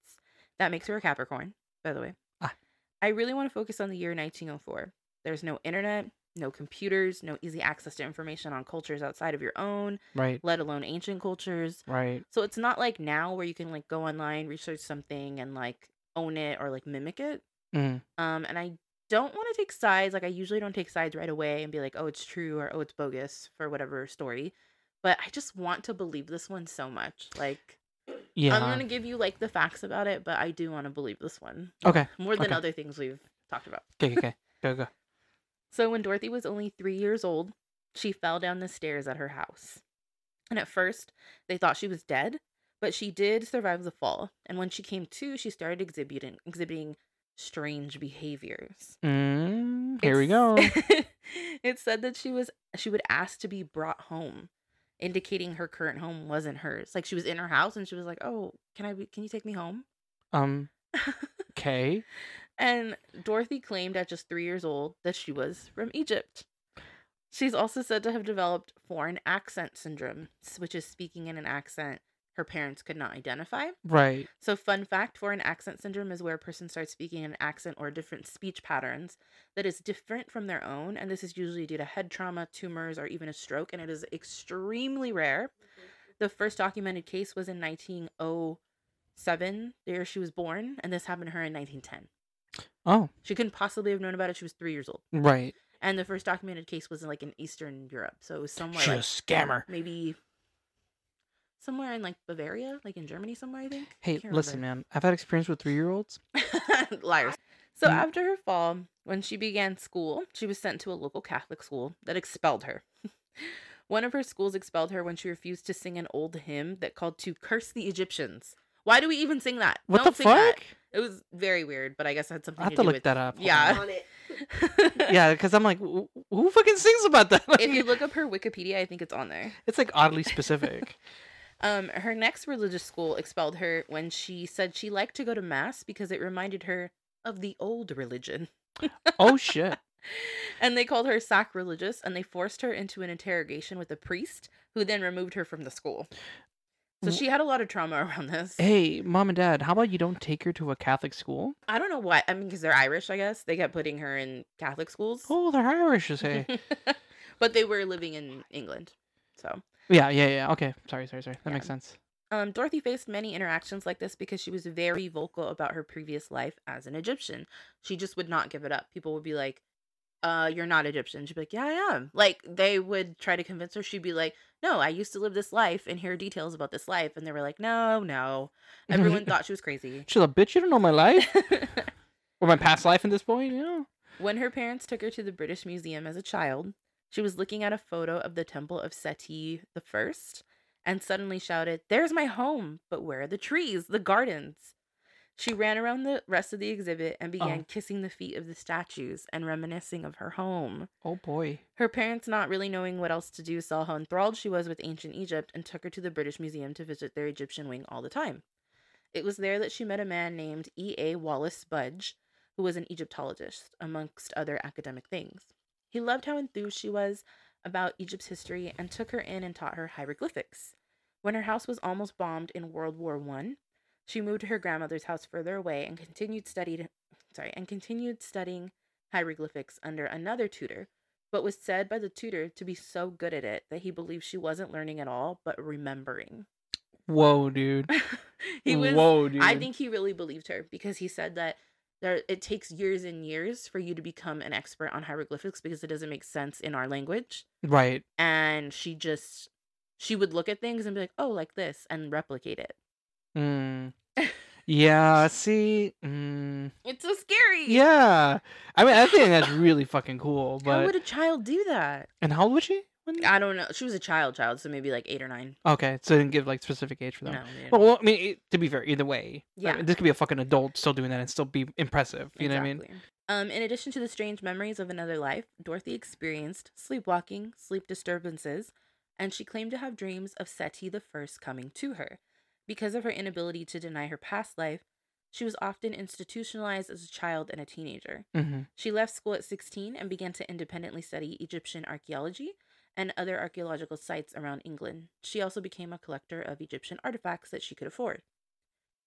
That makes her a Capricorn, by the way. Ah. I really want to focus on the year 1904. There's no internet, no computers, no easy access to information on cultures outside of your own, Go. Right. let alone ancient cultures. Right. So it's not like now where you can like go online, research something, and like own it or like mimic it. Mm. Um, and I don't want to take sides. Like I usually don't take sides right away and be like, oh, it's true or oh, it's bogus for whatever story. But I just want to believe this one so much. Like, Yeah. I'm gonna give you like the facts about it, but I do want to believe this one <laughs> Okay. more than Okay. other things we've talked about. Okay. Okay. go go. So when Dorothy was only three years old, she fell down the stairs at her house. And at first, they thought she was dead, but she did survive the fall. And when she came to, she started exhibiting exhibiting strange behaviors. Mm, here we go. It's- <laughs> it said that she was she would ask to be brought home, indicating her current home wasn't hers. Like she was in her house and she was like, "Oh, can I be, can you take me home?" Um. Okay. And Dorothy claimed at just three years old that she was from Egypt. She's also said to have developed foreign accent syndrome, s- which is speaking in an accent her parents could not identify. Right. So, fun fact foreign accent syndrome is where a person starts speaking in an accent or different speech patterns that is different from their own. And this is usually due to head trauma, tumors, or even a stroke. And it is extremely rare. The first documented case was in 1907, the year she was born. And this happened to her in 1910. Oh. She couldn't possibly have known about it. She was three years old, Right. and the first documented case was in like in Eastern Europe, so it was somewhere She's a like scammer. maybe somewhere in like Bavaria, like in Germany, somewhere I think. Hey, listen, man. I've had experience with three-year-olds. <laughs> man, liars. So Mm. after her fall, when she began school, she was sent to a local Catholic school that expelled her. <laughs> One of her schools expelled her when she refused to sing an old hymn that called to curse the Egyptians. Why do we even sing that? What Don't the sing that. fuck? It was very weird, but I guess it had something I have to, to do look with that up. Hold Yeah. on. <laughs> <laughs> On it. Yeah, because I'm like, "Wh- wh- who fucking sings about that? <laughs> if you look up her Wikipedia, I think it's on there. it's like oddly specific. Um, her next religious school expelled her when she said she liked to go to mass because it reminded her of the old religion. oh shit. <laughs> And they called her sacrilegious and they forced her into an interrogation with a priest who then removed her from the school. So Wh- she had a lot of trauma <laughs> around this. Hey, mom and dad, how about you don't take her to a Catholic school? I don't know why. I mean, because they're Irish, I guess. They kept putting her in Catholic schools. Oh, they're Irish, you <laughs> say. but they were living in England. So. yeah, yeah, yeah. Okay, sorry, sorry, sorry. That Yeah. makes sense. Um, Dorothy faced many interactions like this because she was very vocal about her previous life as an Egyptian. She just would not give it up. People would be like, uh, you're not Egyptian. She'd be like, yeah, I am. Like, they would try to convince her. She'd be like, no, I used to live this life and here are details about this life. And they were like, no, no. <laughs> Everyone thought she was crazy. She's a bitch. You don't know my life or my past life at this point. Yeah. when her parents took her to the British Museum as a child, she was looking at a photo of the temple of Seti the First and suddenly shouted, There's my home, but where are the trees, the gardens? She ran around the rest of the exhibit and began Oh. kissing the feet of the statues and reminiscing of her home. Oh boy. Her parents, not really knowing what else to do, saw how enthralled she was with ancient Egypt and took her to the British Museum to visit their Egyptian wing all the time. It was there that she met a man named E.A. Wallace Budge, who was an Egyptologist, amongst other academic things. He loved how enthused she was about Egypt's history and took her in and taught her hieroglyphics. When her house was almost bombed in World War One, she moved to her grandmother's house further away and continued studied sorry, and continued studying hieroglyphics under another tutor but was said by the tutor to be so good at it that he believed she wasn't learning at all, but remembering. <laughs> Whoa, dude. he was. Whoa, dude. I think he really believed her because he said that there it takes years and years for you to become an expert on hieroglyphics because it doesn't make sense in our language. Right. And she just she would look at things and be like, "Oh, like this," and replicate it. <laughs> Mm. Yeah. See. Mm. It's so scary. Yeah. I mean, I think that's really fucking <laughs> cool. How But would a child do that? and how old was she? When- I don't know. She was a child, child, so maybe like eight or nine. Okay, so they didn't give like specific age for them. No, they didn't. Well, well, I mean, it, to be fair, either way, I Yeah. mean, this could be a fucking adult still doing that and still be impressive. You know what I mean? Exactly. Um, in addition to the strange memories of another life, Dorothy experienced sleepwalking, sleep disturbances, and she claimed to have dreams of Seti the First coming to her. Because of her inability to deny her past life, she was often institutionalized as a child and a teenager. Mm-hmm. She left school at 16 and began to independently study Egyptian archaeology and other archaeological sites around England. She also became a collector of Egyptian artifacts that she could afford.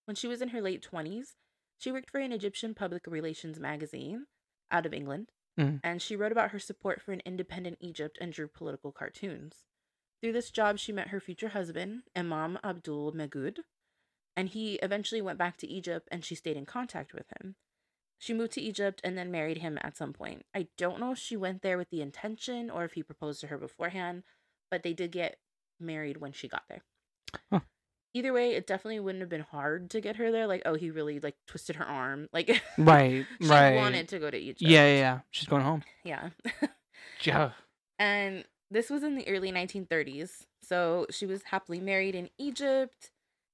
When she was in her late 20s, she worked for an Egyptian public relations magazine out of England, Mhm. and she wrote about her support for an independent Egypt and drew political cartoons. Through this job, she met her future husband, Imam Abdul Magood, and he eventually went back to Egypt and she stayed in contact with him. She moved to Egypt and then married him at some point. I don't know if she went there with the intention or if he proposed to her beforehand, but they did get married when she got there. Huh. Either way, it definitely wouldn't have been hard to get her there. Like, oh, he really like twisted her arm. Like, <laughs> Right, she right. wanted to go to Egypt. yeah, yeah, yeah. She's going home. yeah. Yeah. And this was in the early 1930s. So she was happily married in Egypt,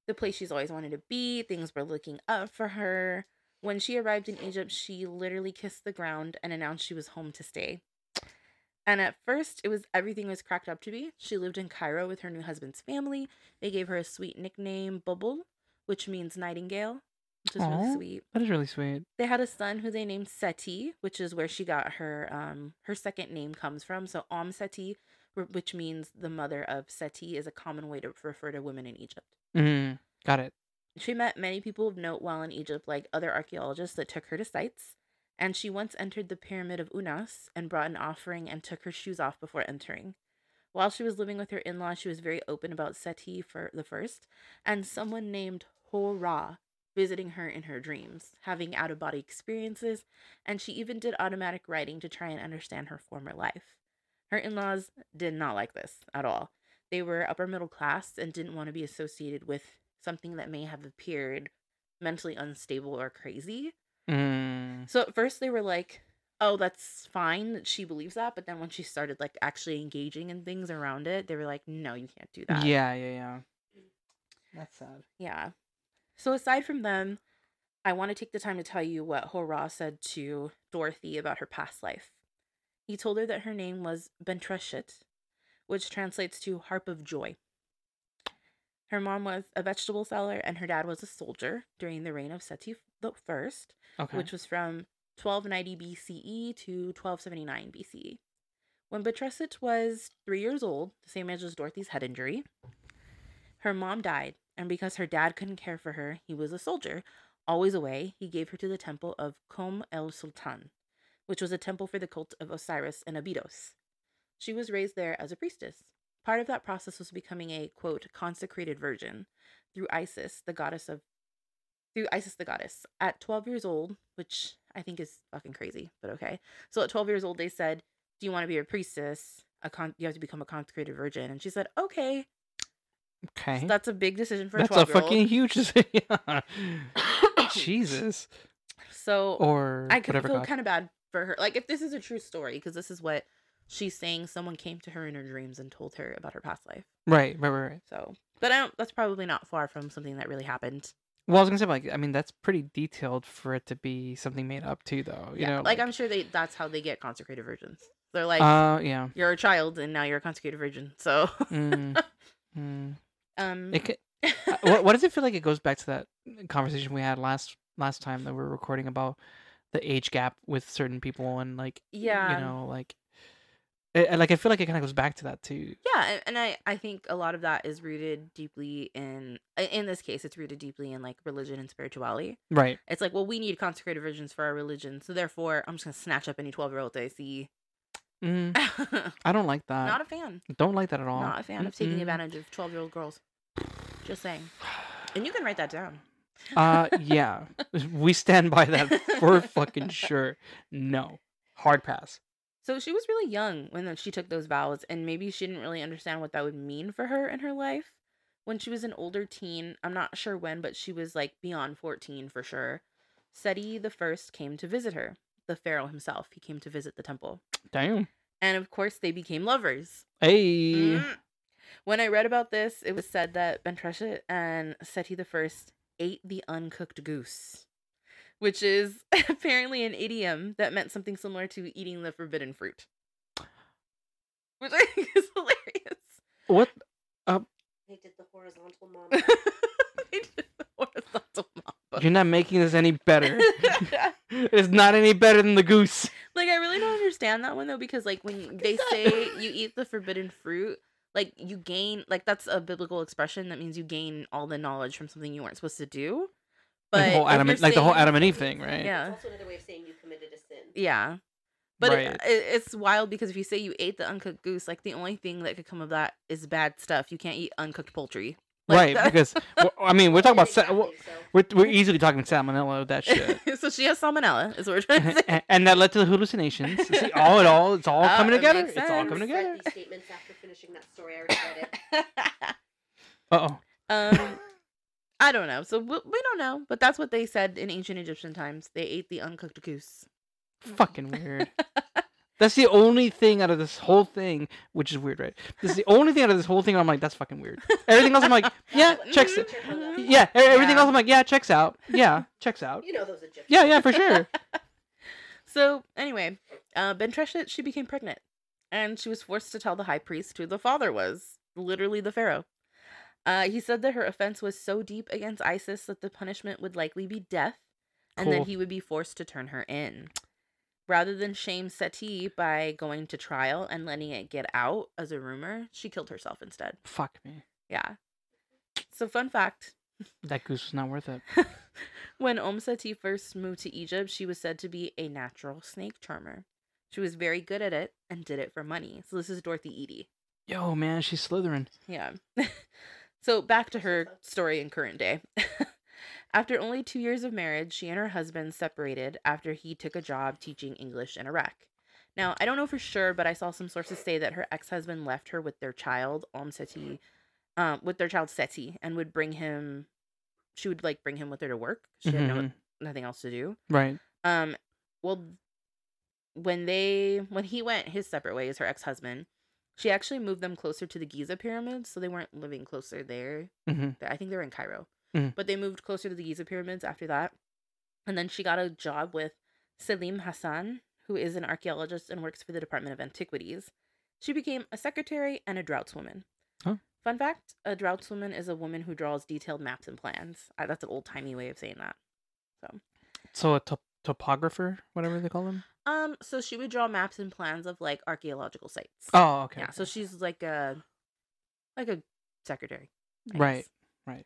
the place she's always wanted to be. Things were looking up for her. When she arrived in Egypt, she literally kissed the ground and announced she was home to stay. And at first, it was everything was cracked up to be. She lived in Cairo with her new husband's family. They gave her a sweet nickname, Bubble, which means nightingale, which is really Aw. sweet That is really sweet. they had a son who they named Seti, which is where she got her um her second name comes from. So Om Seti, wh- which means the mother of Seti, is a common way to refer to women in Egypt. Mm, got it. She met many people of note while in Egypt, like other archaeologists that took her to sites. And she once entered the pyramid of Unas and brought an offering and took her shoes off before entering. While she was living with her in law, she was very open about Seti for the first, and someone named Hora visiting her in her dreams, having out of body experiences, and she even did automatic writing to try and understand her former life. Her in laws did not like this at all. They were upper middle class and didn't want to be associated with something that may have appeared mentally unstable or crazy. Mm, So at first they were like, oh, that's fine that she believes that. But then when she started like actually engaging in things around it, they were like, no, you can't do that. yeah, yeah, yeah. That's sad. Yeah. So aside from them, I want to take the time to tell you what Hora said to Dorothy about her past life. He told her that her name was Bentreshit, which translates to harp of joy. Her mom was a vegetable seller and her dad was a soldier during the reign of Seti the First, Okay. which was from 1290 BCE E to 1279 BCE. E. When Betresit was three years old, the same age as Dorothy's head injury, her mom died, and because her dad couldn't care for her, he was a soldier. Always away, he gave her to the temple of Kom el Sultan, which was a temple for the cult of Osiris and Abydos. She was raised there as a priestess. Part of that process was becoming a quote consecrated virgin through Isis, the goddess of through Isis the goddess at 12 years old, which I think is fucking crazy, but okay. So at 12 years old, they said, "Do you want to be a priestess? A con- you have to become a consecrated virgin." And she said, "Okay." So okay. that's a big decision for That's a a 12 year fucking old. huge. yeah. <laughs> Jesus. <laughs> So Or I could whatever. feel God. kind of bad for her. Like if this is a true story, because this is what she's saying. Someone came to her in her dreams and told her about her past life. Right, right, right, right. So, but I don't. That's probably not far from something that really happened. Well, I was gonna say, like, I mean, that's pretty detailed for it to be something made up too, though. You yeah, know, like, I'm sure they. That's how they get consecrated virgins. They're like, uh, yeah. you're a child and now you're a consecrated virgin. So, <laughs> Mm, mm. um, <laughs> It, uh, ca- what, what does it feel like? It goes back to that conversation we had last last time that we were recording about the age gap with certain people and like, Yeah. you know, like, I- I- like I feel like it kind of goes back to that too. yeah a- and i i think a lot of that is rooted deeply in i- in this case it's rooted deeply in like religion and spirituality Right. it's like well we need consecrated virgins for our religion so therefore i'm just gonna snatch up any 12 year old i see <laughs> Mm, not I don't like that. a fan don't like that at all. not a fan of taking Mm-mm. advantage of 12 year old girls just saying and you can write that down <laughs> Uh, yeah, we stand by that for fucking sure. No, hard pass. So she was really young when she took those vows, and maybe she didn't really understand what that would mean for her in her life. When she was an older teen, I'm not sure when, but she was like beyond 14 for sure. Seti the first came to visit her, the pharaoh himself. He came to visit the temple. Damn. And of course, they became lovers. Hey. Mm. When I read about this, it was said that Bentresha and Seti the First ate the uncooked goose, which is <laughs> apparently an idiom that meant something similar to eating the forbidden fruit, which I think is hilarious. <laughs> What? They did the horizontal mom. They did the horizontal mambo. You're not making this any <laughs> better. it's not any better than the goose. like I really don't understand that one though, because like when they that? say <laughs> you eat the forbidden fruit. Like you gain, like that's a biblical expression that means you gain all the knowledge from something you weren't supposed to do. But like the whole if Adam, you're and- like the whole saying- Adam and Eve thing, right? Yeah. It's also another way of saying you committed a sin. Yeah. But it, Right. it, it's wild because if you say you ate the uncooked goose, like the only thing that could come of that is bad stuff. You can't eat uncooked poultry. Like right. that- <laughs> Because well, I mean, we're talking about sa- Exactly, well, so- we're we're easily talking salmonella <laughs> that shit, so she has salmonella, <laughs> is what we're trying to say. and, and that led to the hallucinations. See, all it all, it's all Oh, coming it together. makes It's all sense. coming I regret together. These statements after finishing that story, I regret it. Uh oh. um, I don't know. So we, we don't know, but that's what they said in ancient Egyptian times. They ate the uncooked goose. Fucking weird. That's the only thing out of this whole thing, which is weird, right? This is the only thing out of this whole thing. I'm like, that's fucking weird. Everything else, I'm like, <laughs> yeah, checks it. Yeah, e- everything Yeah. else, I'm like, yeah, checks out. Yeah, checks out. You know those Egyptians. Yeah, yeah, for sure. So anyway, uh, Ben Treshet she became pregnant, and she was forced to tell the high priest who the father was, literally the pharaoh. Uh, he said that her offense was so deep against Isis that the punishment would likely be death, and Cool. that he would be forced to turn her in. Rather than shame Seti by going to trial and letting it get out as a rumor, she killed herself instead. Fuck me. Yeah. So fun fact, That goose was not worth it. <laughs> when Om Seti first moved to Egypt, she was said to be a natural snake charmer. She was very good at it and did it for money. So this is Dorothy Edie. Yo, man, she's slithering. Yeah. <laughs> so back to her story in current day. <laughs> after only two years of marriage, she and her husband separated after he took a job teaching English in Iraq. Now, I don't know for sure, but I saw some sources say that her ex husband left her with their child, Om Seti, um, with their child Seti, and would bring him, she would like bring him with her to work. She had no, Mhm. nothing else to do. Right. Um, well, when they when he went his separate ways, her ex husband, she actually moved them closer to the Giza pyramids, so they weren't living closer there. hmm I think they were in Cairo, Mhm. but they moved closer to the Giza pyramids after that. And then she got a job with Selim Hassan, who is an archaeologist and works for the Department of Antiquities. She became a secretary and a draughtswoman. Huh. Fun fact: a draughtswoman is a woman who draws detailed maps and plans. Uh, that's an old timey way of saying that. So a top- topographer, whatever they call them. Um, so she would draw maps and plans of like archaeological sites. Oh, okay. yeah. So okay. she's like a like a secretary. I Right, guess. right.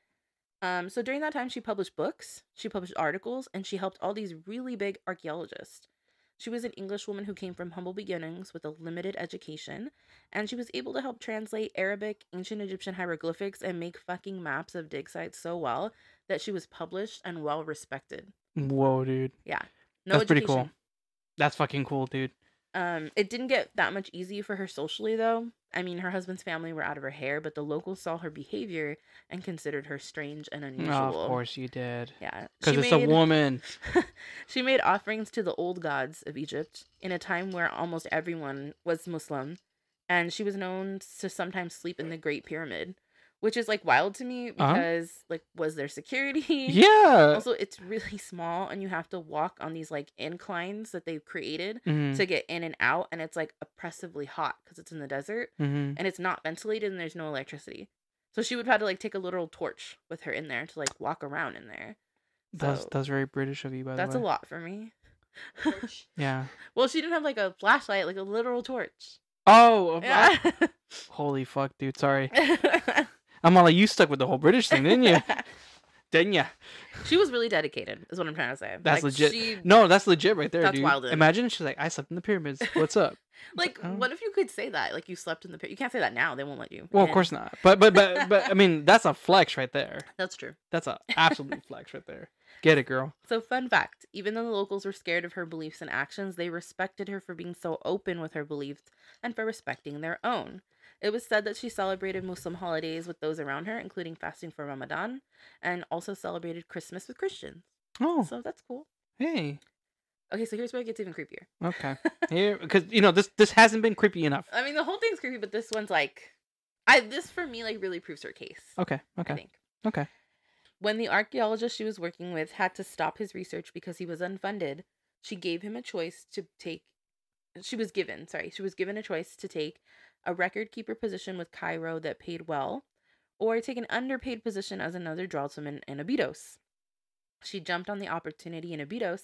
Um, so during that time she published books, she published articles, and she helped all these really big archaeologists. She was an English woman who came from humble beginnings with a limited education, and she was able to help translate Arabic, ancient Egyptian hieroglyphics, and make fucking maps of dig sites so well that she was published and well respected. Whoa, dude. Yeah. No That's pretty education. cool. That's fucking cool, dude. Um, it didn't get that much easy for her socially, though. I mean, her husband's family were out of her hair, but the locals saw her behavior and considered her strange and unusual. Oh, of course you did. Yeah. Because She it's a made- <laughs> woman. she made offerings to the old gods of Egypt in a time where almost everyone was Muslim, and she was known to sometimes sleep in the Great Pyramid, which is like wild to me Uh-huh. because, like, was there security? Yeah. Also, it's really small, and you have to walk on these like inclines that they've created Mhm, to get in and out and it's like oppressively hot because it's in the desert mhm. and it's not ventilated and there's no electricity so she would have to like take a little torch with her in there to like walk around in there That's So, that's very British of you, by that's the a way. lot for me Church. <laughs> Yeah. well she didn't have like a flashlight like a literal torch Oh. of- yeah. <laughs> Holy fuck, dude. Sorry. I'm all like, you stuck with the whole British thing, didn't you? didn't ya? <laughs> she was really dedicated is what i'm trying to say That's Like, legit. she- No, that's legit right there, That's dude. wild, dude. Imagine she's like, I slept in the pyramids. What's <laughs> up? like Oh. what if you could say that like you slept in the pit you can't say that now they won't let you Well, Yeah. of course not. But but but but I mean, that's a flex right there. that's true That's a <laughs> absolute flex right there. Get it, girl. So, fun fact even though the locals were scared of her beliefs and actions, they respected her for being so open with her beliefs and for respecting their own. It was said that she celebrated Muslim holidays with those around her, including fasting for Ramadan, and also celebrated Christmas with Christians. Oh, So, that's cool. hey. Okay, so here's where it gets even creepier. <laughs> Okay. Here, because you know this this hasn't been creepy enough. I mean, the whole thing's creepy, but this one's like, I this for me like really proves her case. Okay. I Okay. think. Okay. When the archaeologist she was working with had to stop his research because he was unfunded, she gave him a choice to take. She was given, sorry, she was given a choice to take a record keeper position with Cairo that paid well, or take an underpaid position as another draughtswoman in Abydos. She jumped on the opportunity in Abydos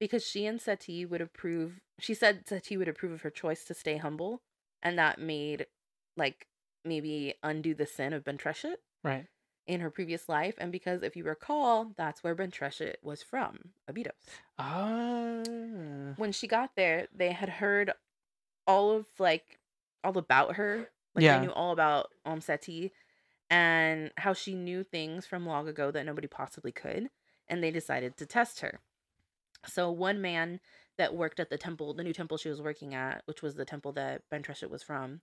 because she and Seti would approve. She said Seti would approve of her choice to stay humble, and that made, like, maybe undo the sin of Bentreshet Right. in her previous life, and because if you recall, that's where Bentresha was from, Abydos. Ah. When she got there, they had heard all of like all about her. Like Yeah. they knew all about Om Seti and how she knew things from long ago that nobody possibly could, and they decided to test her. So one man that worked at the temple, the new temple she was working at, which was the temple that Bentresha was from,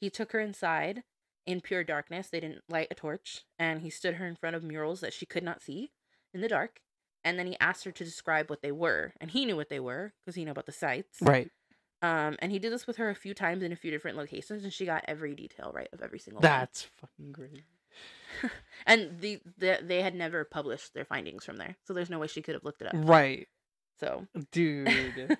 he took her inside In pure darkness, they didn't light a torch, and he stood her in front of murals that she could not see in the dark. And then he asked her to describe what they were, and he knew what they were because he knew about the sites. Right. Um, and he did this with her a few times in a few different locations, and she got every detail right of every single one. That's fucking great. And the, the they had never published their findings from there, so there's no way she could have looked it up. Right. So. Dude.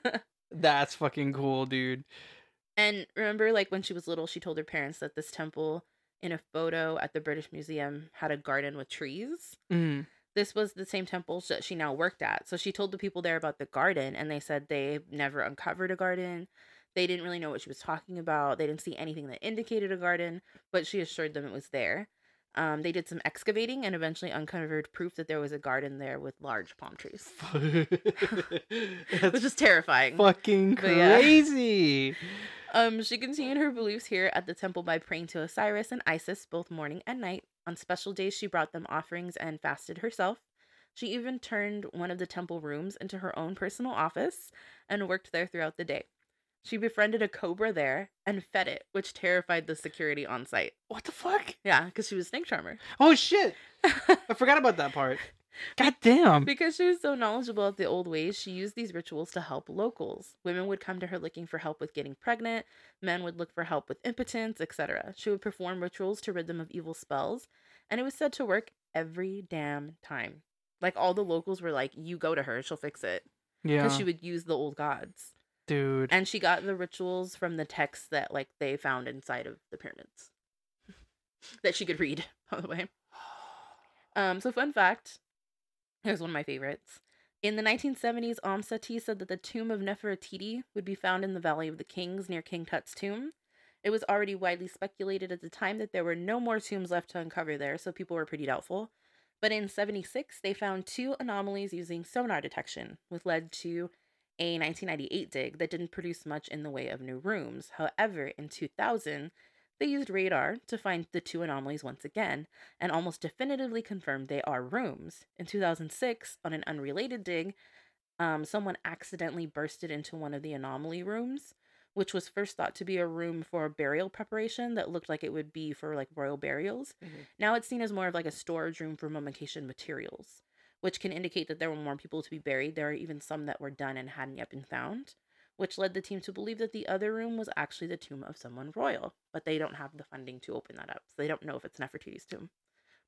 That's fucking cool, dude. <laughs> And remember, like when she was little, she told her parents that this temple in a photo at the British Museum had a garden with trees. Mm. This was the same temple sh- that she now worked at. So she told the people there about the garden, and they said they never uncovered a garden. They didn't really know what she was talking about. They didn't see anything that indicated a garden, but she assured them it was there. Um, they did some excavating and eventually uncovered proof that there was a garden there with large palm trees, <laughs> <laughs> That's which is terrifying. fucking But yeah. crazy. Um, she continued her beliefs here at the temple by praying to Osiris and Isis both morning and night. On special days, she brought them offerings and fasted herself. She even turned one of the temple rooms into her own personal office and worked there throughout the day. She befriended a cobra there and fed it, which terrified the security on site. What the fuck? Yeah, because she was a snake charmer. <laughs> Oh shit! I forgot about that part. God damn. Because she was so knowledgeable at the old ways, she used these rituals to help locals. Women would come to her looking for help with getting pregnant, men would look for help with impotence, etc. She would perform rituals to rid them of evil spells, and it was said to work every damn time. Like all the locals were like, "You go to her, she'll fix it." Yeah, Cuz she would use the old gods. dude. And she got the rituals from the texts that like they found inside of the pyramids. <laughs> that she could read, <laughs> by the way. Um, so fun fact, here's one of my favorites. In the 1970s, Amsati said that the tomb of Nefertiti would be found in the Valley of the Kings near King Tut's tomb. It was already widely speculated at the time that there were no more tombs left to uncover there, so people were pretty doubtful. But in 76, they found two anomalies using sonar detection, which led to a 1998 dig that didn't produce much in the way of new rooms. However, in 2000, they used radar to find the two anomalies once again and almost definitively confirmed they are rooms. In 2006, on an unrelated dig, um, someone accidentally bursted into one of the anomaly rooms, which was first thought to be a room for burial preparation that looked like it would be for like royal burials. Mhm. Now it's seen as more of like a storage room for mummification materials, which can indicate that there were more people to be buried. There are even some that were done and hadn't yet been found, which led the team to believe that the other room was actually the tomb of someone royal, but they don't have the funding to open that up, so they don't know if it's Nefertiti's tomb.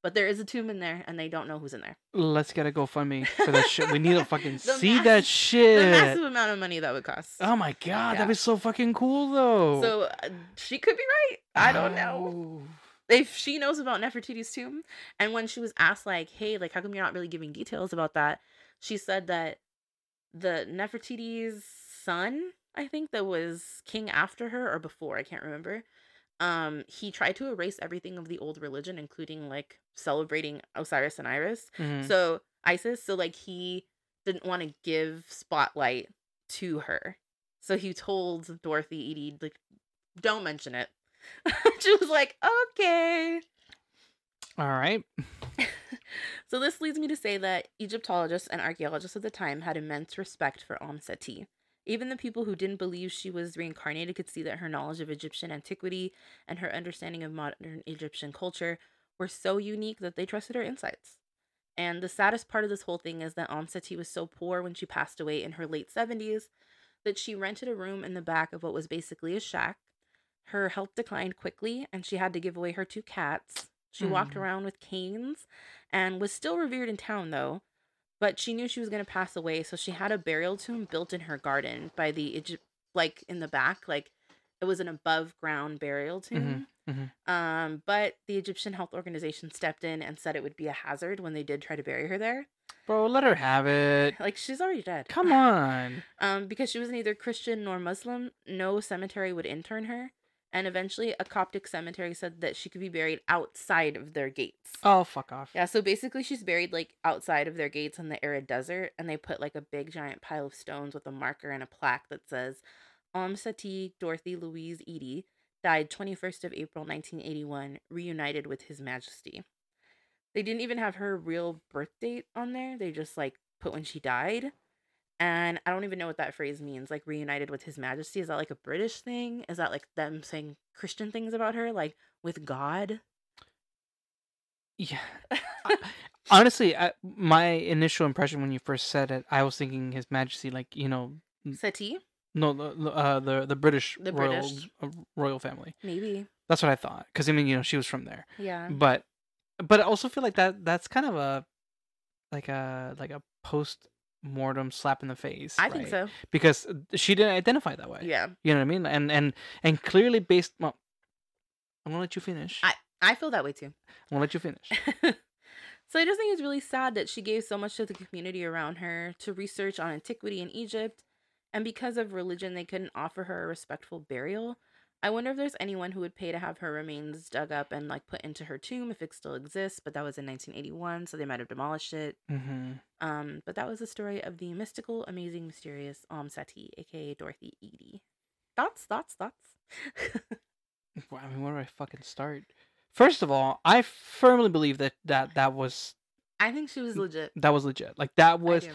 But there is a tomb in there, and they don't know who's in there. <sighs> Let's get a GoFundMe for that shit. We need <laughs> to fucking The see that massive- shit. The massive amount of money that would cost. Oh my god, Yeah. that'd be so fucking cool though. So uh, she could be right. I don't Oh. know if she knows about Nefertiti's tomb. And when she was asked, like, "Hey, like, how come you're not really giving details about that?" She said that the Nefertiti's son, I think, that was king after her or before, I can't remember. Um, he tried to erase everything of the old religion, including like celebrating Osiris and Iris. Mhm. So Isis, so like he didn't want to give spotlight to her. So he told Dorothy Edie, like, don't mention it. <laughs> she was like, okay. <laughs> All right. So this leads me to say that Egyptologists and archaeologists at the time had immense respect for Amseti. Even the people who didn't believe she was reincarnated could see that her knowledge of Egyptian antiquity and her understanding of modern Egyptian culture were so unique that they trusted her insights. And the saddest part of this whole thing is that Amseti was so poor when she passed away in her late 70s that she rented a room in the back of what was basically a shack. Her health declined quickly and she had to give away her two cats. She walked Mm. around with canes and was still revered in town though, but she knew she was going to pass away, so she had a burial tomb built in her garden by the Egypt like in the back, like it was an above ground burial tomb. mhm. Um, but the Egyptian Health Organization stepped in and said it would be a hazard when they did try to bury her there. <laughs> Bro, let her have it. Like she's already dead. <laughs> Come on. Um, because she was neither Christian nor Muslim, no cemetery would intern her. And eventually, a Coptic cemetery said that she could be buried outside of their gates. Oh, fuck off. Yeah, so basically, she's buried like outside of their gates in the arid desert, and they put like a big giant pile of stones with a marker and a plaque that says, Om Sati Dorothy Louise Edie died 21st of April 1981, reunited with His Majesty. They didn't even have her real birth date on there, they just like put when she died. And I don't even know what that phrase means. Like reunited with His Majesty. Is that like a British thing? Is that like them saying Christian things about her? Like with God? Yeah. <laughs> Honestly, I, my initial impression when you first said it, I was thinking His Majesty, like you know, Sati? no, the the, uh, the, the British The royal British. uh, royal family. Maybe. That's what I thought, because I mean, you know, she was from there. Yeah. but but I also feel like that that's kind of a like a like a post mortem slap in the face. I think right? so. because she didn't identify that way. Yeah. you know what I mean. And and and clearly based. Well, I'm gonna let you finish. I, am I feel that way too. <laughs> gonna let you finish. so I just think it's really sad that she gave so much to the community around her to research on antiquity in Egypt, and because of religion, they couldn't offer her a respectful burial. I wonder if there's anyone who would pay to have her remains dug up and like put into her tomb if it still exists, but that was in 1981, so they might have demolished it. hmm Um, but that was the story of the mystical, amazing, mysterious Om Sati, aka Dorothy Edie. Thoughts, thoughts, thoughts. <laughs> Well, I mean, where do I fucking start? First of all, I firmly believe that that that was I think she was legit. that was legit. Like that I was do.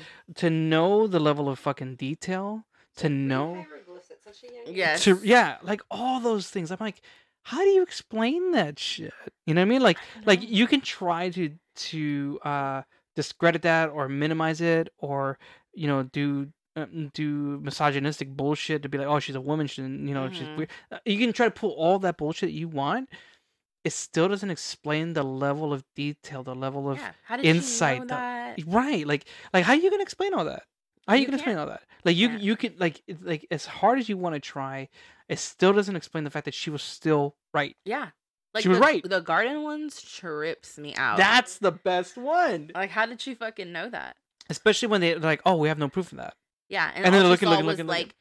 to know the level of fucking detail to <laughs> Read know. hieroglyphs at such a young age. Yes. to yeah like all those things i'm like how do you explain that shit you know what i mean like like you can try to to uh discredit that or minimize it or you know do um, do misogynistic bullshit to be like oh she's a woman she didn't- you know she's Mhm. weird Uh, you can try to pull all that bullshit you want it still doesn't explain the level of detail the level of yeah. How did insight, e she know though. that? right like like how you gonna explain all that how you, You gonna explain all that like you can't. you can like it's like as hard as you want to try it still doesn't explain the fact that she was still right Yeah. She was the, right. The garden ones trips me out. that's the best one like how did she fucking know that? especially when they, they're like oh we have no proof of that Yeah, and, And then all looking, she saw looking, was looking, like looking.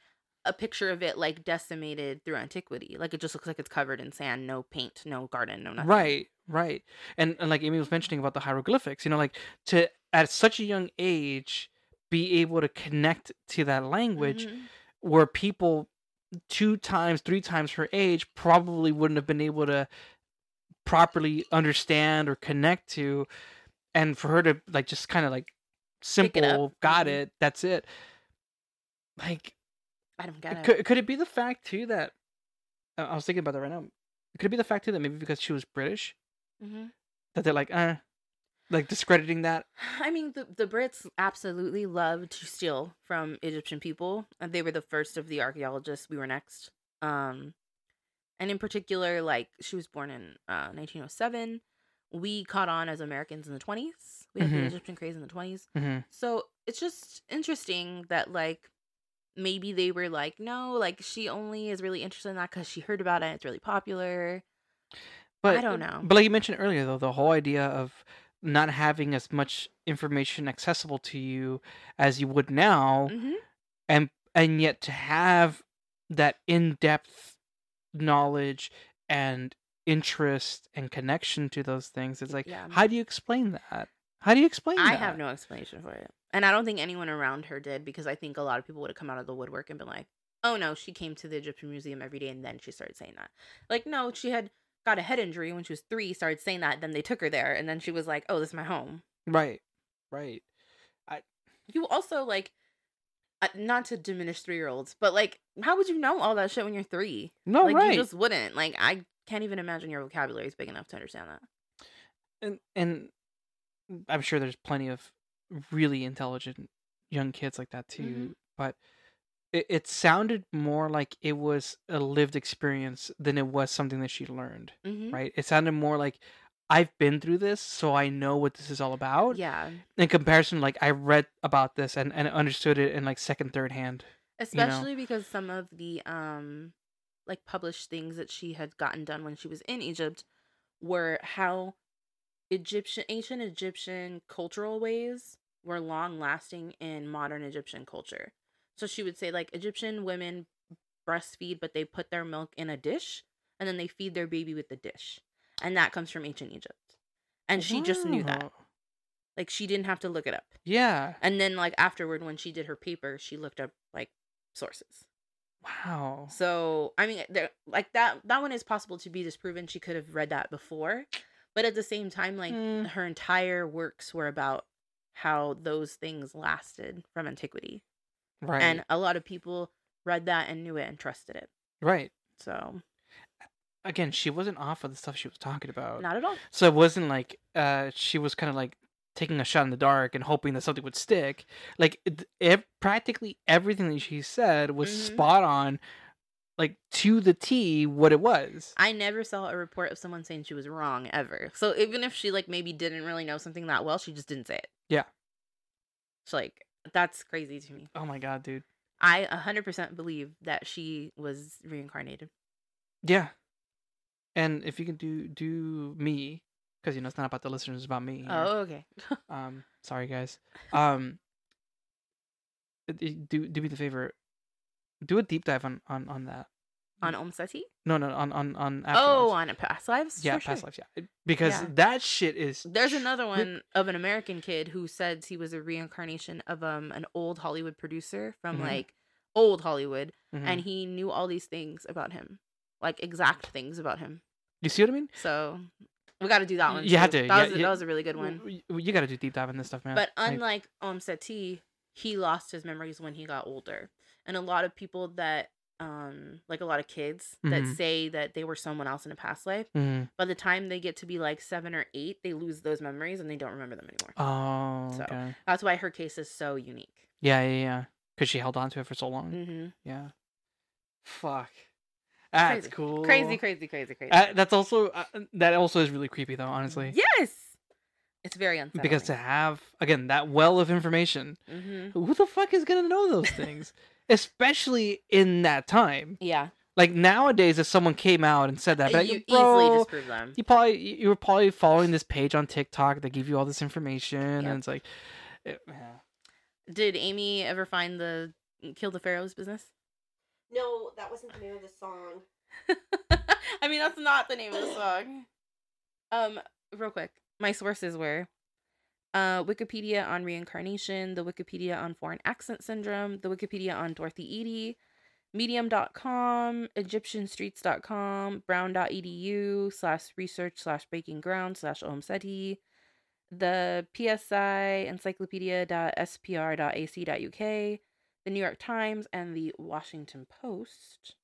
a picture of it like decimated through antiquity. Like it just looks like it's covered in sand, no paint, no garden, no nothing. right right and, and like amy was mentioning about the hieroglyphics you know like to at such a young age be able to connect to that language Mhm. where people two times, three times her age probably wouldn't have been able to properly understand or connect to. And for her to like just kind of like Pick it up. simple, got Mhm. it, that's it. Like, I don't get it. could, could it be the fact too that I I was thinking about that right now? Could it be the fact too that maybe because she was British Mhm. that they're like, uh, like discrediting that? I mean, the the Brits absolutely love to steal from Egyptian people. and They were the first of the archaeologists. We were next. Um, and in particular, like she was born in uh, 1907. We caught on as Americans in the 20s. We had the Mhm. Egyptian craze in the 20s. Mhm. So it's just interesting that like maybe they were like, no, like she only is really interested in that because she heard about it. It's really popular. But don't know. But like you mentioned earlier, though, the whole idea of not having as much information accessible to you as you would now, Mm-hmm. and and yet to have that in-depth knowledge and interest and connection to those things, it's like, Yeah. how do you explain that? How do you explain? I that? have no explanation for it. And I don't think anyone around her did because I think a lot of people would have come out of the woodwork and been like, oh no, she came to the Egyptian Museum every day and then she started saying that. Like, no, she had got a head injury when she was three, started saying that, then they took her there, and then she was like, oh, this is my home. Right, right. You also, like, uh, not to diminish three year olds, but like, how would you know all that shit when you're three? No, like, Oh, right. you just wouldn't. Like, I can't even imagine your vocabulary is big enough to understand that. and and I'm sure there's plenty of really intelligent young kids like that too. Mhm. But it, it sounded more like it was a lived experience than it was something that she learned. Mm-hmm. Right? It sounded more like I've been through this, so I know what this is all about. Yeah. In comparison, like I read about this and and understood it in like second, third hand. know? especially because some of the um like published things that she had gotten done when she was in Egypt were how Egyptian ancient Egyptian cultural ways were long lasting in modern Egyptian culture. So she would say like Egyptian women breastfeed but they put their milk in a dish and then they feed their baby with the dish. And that comes from ancient Egypt. And she just knew that. Wow. Like she didn't have to look it up. Yeah. And then like afterward when she did her paper, she looked up like sources. Wow. So I mean, there like that that one is possible to be disproven. She could have read that before, but at the same time, like Mm. her entire works were about how those things lasted from antiquity. Right. And a lot of people read that and knew it and trusted it. right. So, Again, she wasn't off of the stuff she was talking about. not at all. So it wasn't like uh, she was kind of like taking a shot in the dark and hoping that something would stick. Like it, ev- practically everything that she said was Mhm. spot on, like to the T, what it was. I never saw a report of someone saying she was wrong ever. So even if she like maybe didn't really know something that well, she just didn't say it. Yeah. So like that's crazy to me. Oh my god, dude. I 100% believe that she was reincarnated. Yeah. And if you can do do me, because you know it's not about the listeners, it's about me. here. Oh, okay. Um, sorry guys. Um, uh, d- do do me the favor, do a deep dive on on on that. on Mm. Om Sati? No, no, on on on. Oh, afterlives. on a past lives? yeah, For sure. past lives. Yeah, It- because Yeah. that shit is. There's another tri- one of an American kid who says he was a reincarnation of um an old Hollywood producer from Mhm. like old Hollywood Mhm. and he knew all these things about him. Like exact things about him. you see what I mean? So we got to do that one. You had too. to, That, yeah, was, yeah. that was a really good one. W- w- You got to do deep dive on this stuff, man. But Like, unlike Om Sati, he lost his memories when he got older. And a lot of people that, um, like a lot of kids Mhm. that say that they were someone else in a past life, mhm. by the time they get to be like seven or eight, they lose those memories and they don't remember them anymore. oh, So, okay. That's why her case is so unique. yeah, yeah, yeah. Because she held on to it for so long. hmm Yeah. Fuck. That's cool. Crazy, crazy, crazy, crazy. Uh, that's also uh, that also is really creepy though, honestly. Yes. It's very unsettling. Because to have again that well of information, hmm who the fuck is gonna know those <laughs> things? Especially in that time. Yeah. Like nowadays, if someone came out and said that, Uh, you but you, easily bro, disprove them. you probably you you were probably following this page on TikTok that give you all this information, Yep. and it's like, it- yeah. Did Amy ever find the mm, Kill the Pharaohs business? No, that wasn't the name of the song. <laughs> I mean, that's not the name of the song. Um, real quick, my sources were uh, Wikipedia on reincarnation, the Wikipedia on foreign accent syndrome, the Wikipedia on Dorothy Edie, medium.com, egyptianstreets.com, brown.edu, E slash research, slash breaking ground, slash Om Seti, the PSI, encyclopedia.spr.ac.uk, the New York Times, and the Washington Post.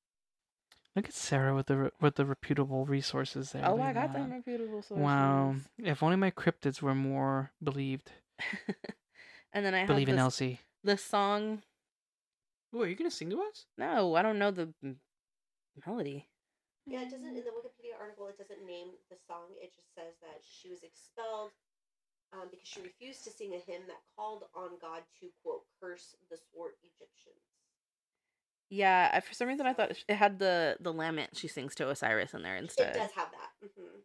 Look at Sarah with the re- with the reputable resources there. Oh, look I at got that. them reputable sources. Wow. If only my cryptids were more believed. <laughs> and then I have Believe in this- Elsie. the song. Ooh, are you gonna sing to us? No, I don't know the m- melody. Yeah, it doesn't in Mm. the Wikipedia article. It doesn't name the song. It just says that she was expelled um, because she refused to sing a hymn that called on God to quote curse the swart Egyptians. Yeah, I, for some reason I thought it sh- it had the the lament she sings to Osiris in there It instead. does have that. hmm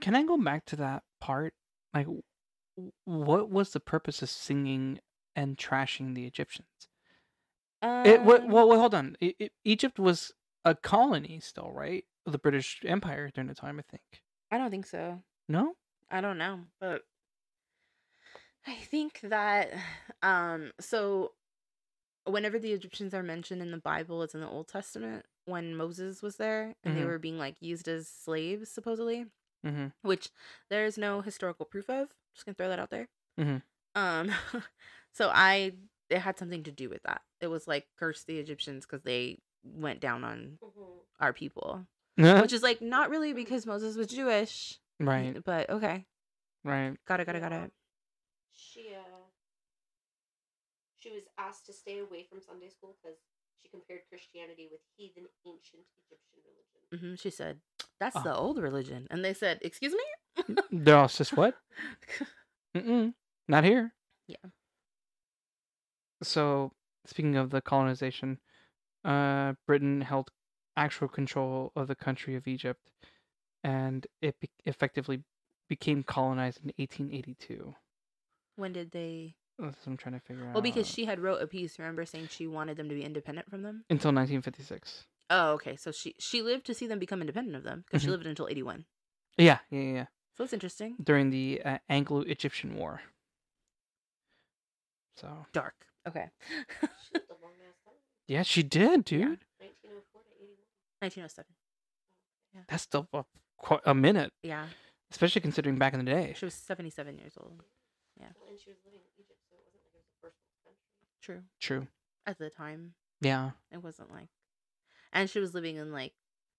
Can I go back to that part? Like, w- what was the purpose of singing and trashing the Egyptians? It wa- Um, well, well, hold on. E- E- Egypt was a colony still, right? Of The British Empire during the time, I think. I don't think so. No, I don't know, but I think that um so whenever the Egyptians are mentioned in the Bible, it's in the Old Testament when Moses was there and they Mhm. were being like used as slaves supposedly. hmm which there is no historical proof of. Just gonna throw that out there. Mhm. Um, <laughs> so I it had something to do with that. It was like curse the Egyptians because they went down on hmm our people, <laughs> Uh-huh. which is like not really because Moses was Jewish, right, But okay, right. got it, got it, got Yeah. it. She uh, she was asked to stay away from Sunday school because she compared Christianity with heathen ancient Egyptian religion. hmm She said, "That's Oh. the old religion," and they said, "Excuse me." They're all just what? Mm-mm, not here. Yeah. So, speaking of the colonization, uh, Britain held actual control of the country of Egypt, and it be- effectively became colonized in 1882. <laughs> when did they? That's what I'm trying to figure out. Well, because she had wrote a piece. Remember saying she wanted them to be independent from them. until 1956. Oh, okay. So she she lived to see them become independent of them because she Mhm. lived until eighty one. Yeah, yeah, yeah. yeah. So that's interesting. During the uh, Anglo-Egyptian War. So dark. <laughs> Okay. She lived a long ass time, yeah, she did, dude. Yeah. 1904 to 81. 1907. That's still a, quite a minute, Yeah. especially considering back in the day. She was 77 years old. Well, and she was living in Egypt, so it wasn't like it was the first world country. True. True. At the time, Yeah. it wasn't like. And she was living in like,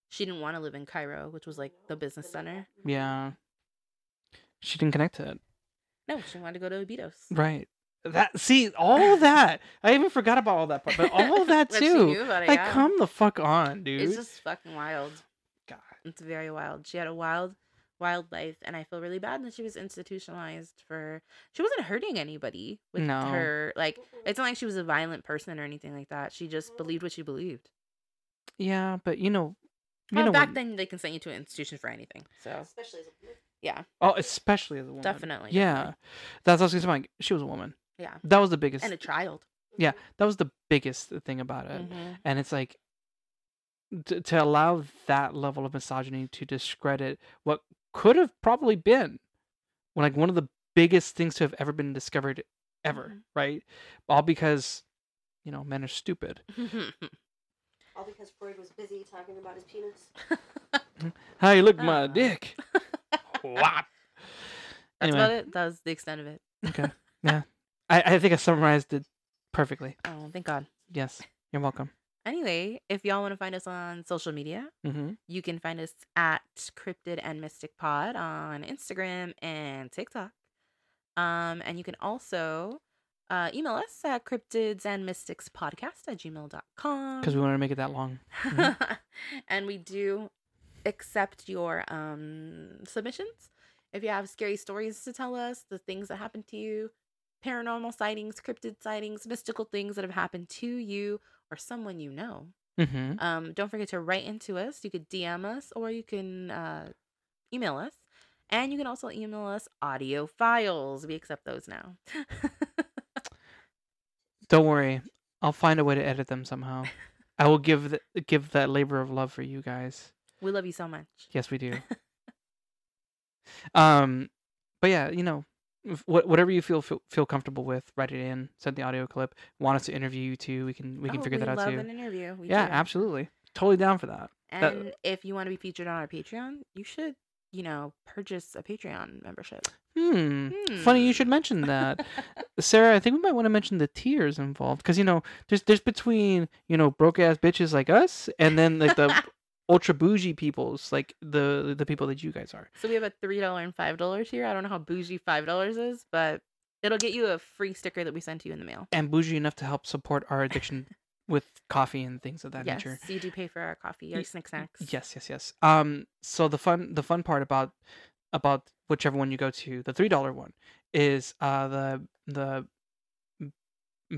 she didn't want to live in Cairo, which was like the No, business didn't center. like that. Mhm. Yeah. She didn't connect to that. No, she wanted to go to Abidos. Right. That see all that. I even forgot about all that part, but <laughs> <laughs> all that But she too. knew about it, Like, yeah. come the fuck on, dude. It's just fucking wild. God. It's very wild. She had a wild, wild life, and I feel really bad that she was institutionalized for. She wasn't hurting anybody with No. her. Like, Mm-mm. it's not like she was a violent person or anything like that. She just believed what she believed. Yeah, but you know, you Well, know, Oh, back what- then they can send you to an institution for anything. So Especially as a woman. oh, especially as a woman. definitely, Yeah, that's what I was gonna say. Like, she was a woman. yeah, That was the biggest. and a child. yeah, Mhm. that was the biggest thing about it. Mhm. And it's like to, to allow that level of misogyny to discredit what could have probably been like one of the biggest things to have ever been discovered ever, Mhm. right? All because you know men are stupid. <laughs> Mm-hmm. <laughs> All because Freud was busy talking about his penis. <laughs> Hey, look, my Ah. dick. <laughs> Whop. That's Anyway. about it. That was the extent of it. Okay. Yeah. I, I think I summarized it perfectly. Oh, thank God. Yes. You're welcome. Anyway, if y'all want to find us on social media, Mm-hmm. <laughs> You can find us at Cryptid and Mystic Pod on Instagram and TikTok. Um, and you can also uh, email us at cryptids and mystics podcast at gmail.com. Because we wanted to make it that long. Mm-hmm. <laughs> and we do accept your um, submissions. If you have scary stories to tell us, the things that happened to you, paranormal sightings, cryptid sightings, mystical things that have happened to you or someone you know, Mm-hmm. um, don't forget to write into us. You could DM us or you can uh, email us. And you can also email us audio files. We accept those now. Don't worry. I'll find a way to edit them somehow. I will give the, give that labor of love for you guys. we love you so much. Yes, we <laughs> do. um, but yeah, you know, wh- whatever you feel, feel feel comfortable with, write it in. Send the audio clip. Want us to interview you too? We can we can Oh, figure that out love too. an interview. We yeah, do. absolutely. Totally down for that. that- And if you want to be featured on our Patreon, you should, you know, purchase a Patreon membership. Hmm. Funny you should Hmm. mention that. Sarah, I think we might want to mention the tiers involved because you know there's there's between you know broke ass bitches like us and then like the ultra bougie peoples like the the people that you guys are. <laughs> so we have a three dollar and five dollar tier. I don't know how bougie five dollars is, but it'll get you a free sticker that we send to you in the mail. and bougie enough to help support our addiction with coffee and things of that yes, nature. you do pay for our coffee, our Y- snick snacks. Yes, yes, yes. Um, so the fun the fun part about about whichever one you go to, the three dollar one is uh the the m-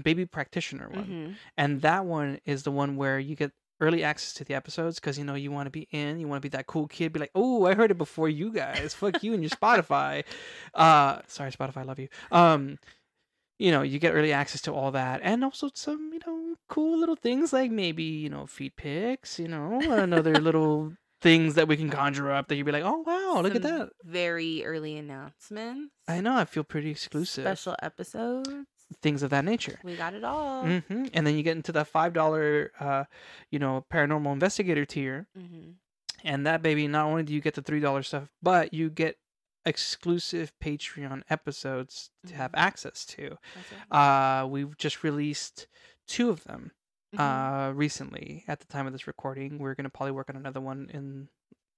baby practitioner one, Mhm. and that one is the one where you get early access to the episodes because you know you want to be in you want to be that cool kid be like oh i heard it before you guys fuck you and your spotify uh sorry spotify I love you um you know you get early access to all that and also some you know cool little things like maybe you know feet pics you know and other little <laughs> things that we can conjure up that you'd be like oh wow look at some that Very early announcements. i know i feel pretty exclusive Special episodes. things of that nature We got it all. hmm and then you get into that five dollar uh you know paranormal investigator tier hmm And that baby, not only do you get the three dollar stuff, but you get exclusive Patreon episodes to have Mhm. access to. Uh, we've just released two of them Mm-hmm. uh, recently. At the time of this recording, we're gonna probably work on another one in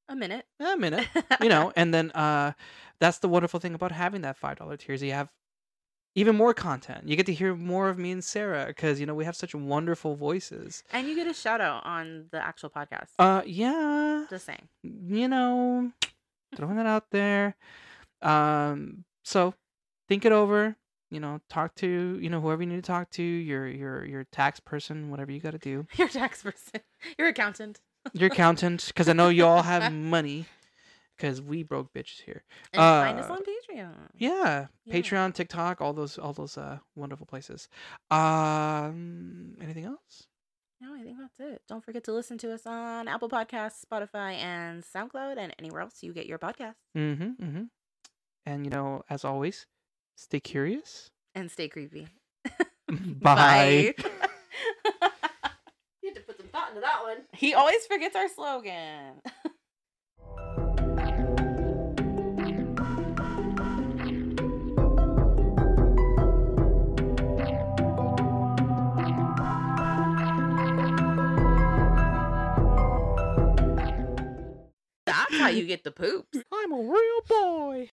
a minute. a minute, you know. And then uh, that's the wonderful thing about having that five dollar tier is you have even more content. You get to hear more of me and Sarah because you know we have such wonderful voices. <laughs> and you get a shout out on the actual podcast. Uh, yeah. Just saying. you know, throwing that out there. Um, so think it over. You know, talk to you know whoever you need to talk to, your your your tax person, whatever you got to do, <laughs> Your tax person. Your accountant. your accountant, because I know you all have money, because we broke bitches here. And find us Uh, on Patreon. Yeah, Yeah. Patreon, TikTok, all those all those uh wonderful places. Um, anything else? No, I think that's it. Don't forget to listen to us on Apple Podcasts, Spotify, and SoundCloud, and anywhere else you get your podcasts. Mm-hmm. Mm-hmm. And you know, as always, stay curious. <laughs> And stay creepy. Bye. <laughs> You had to put some thought into that one. he always forgets our slogan. That's how you get the poops. I'm a real boy.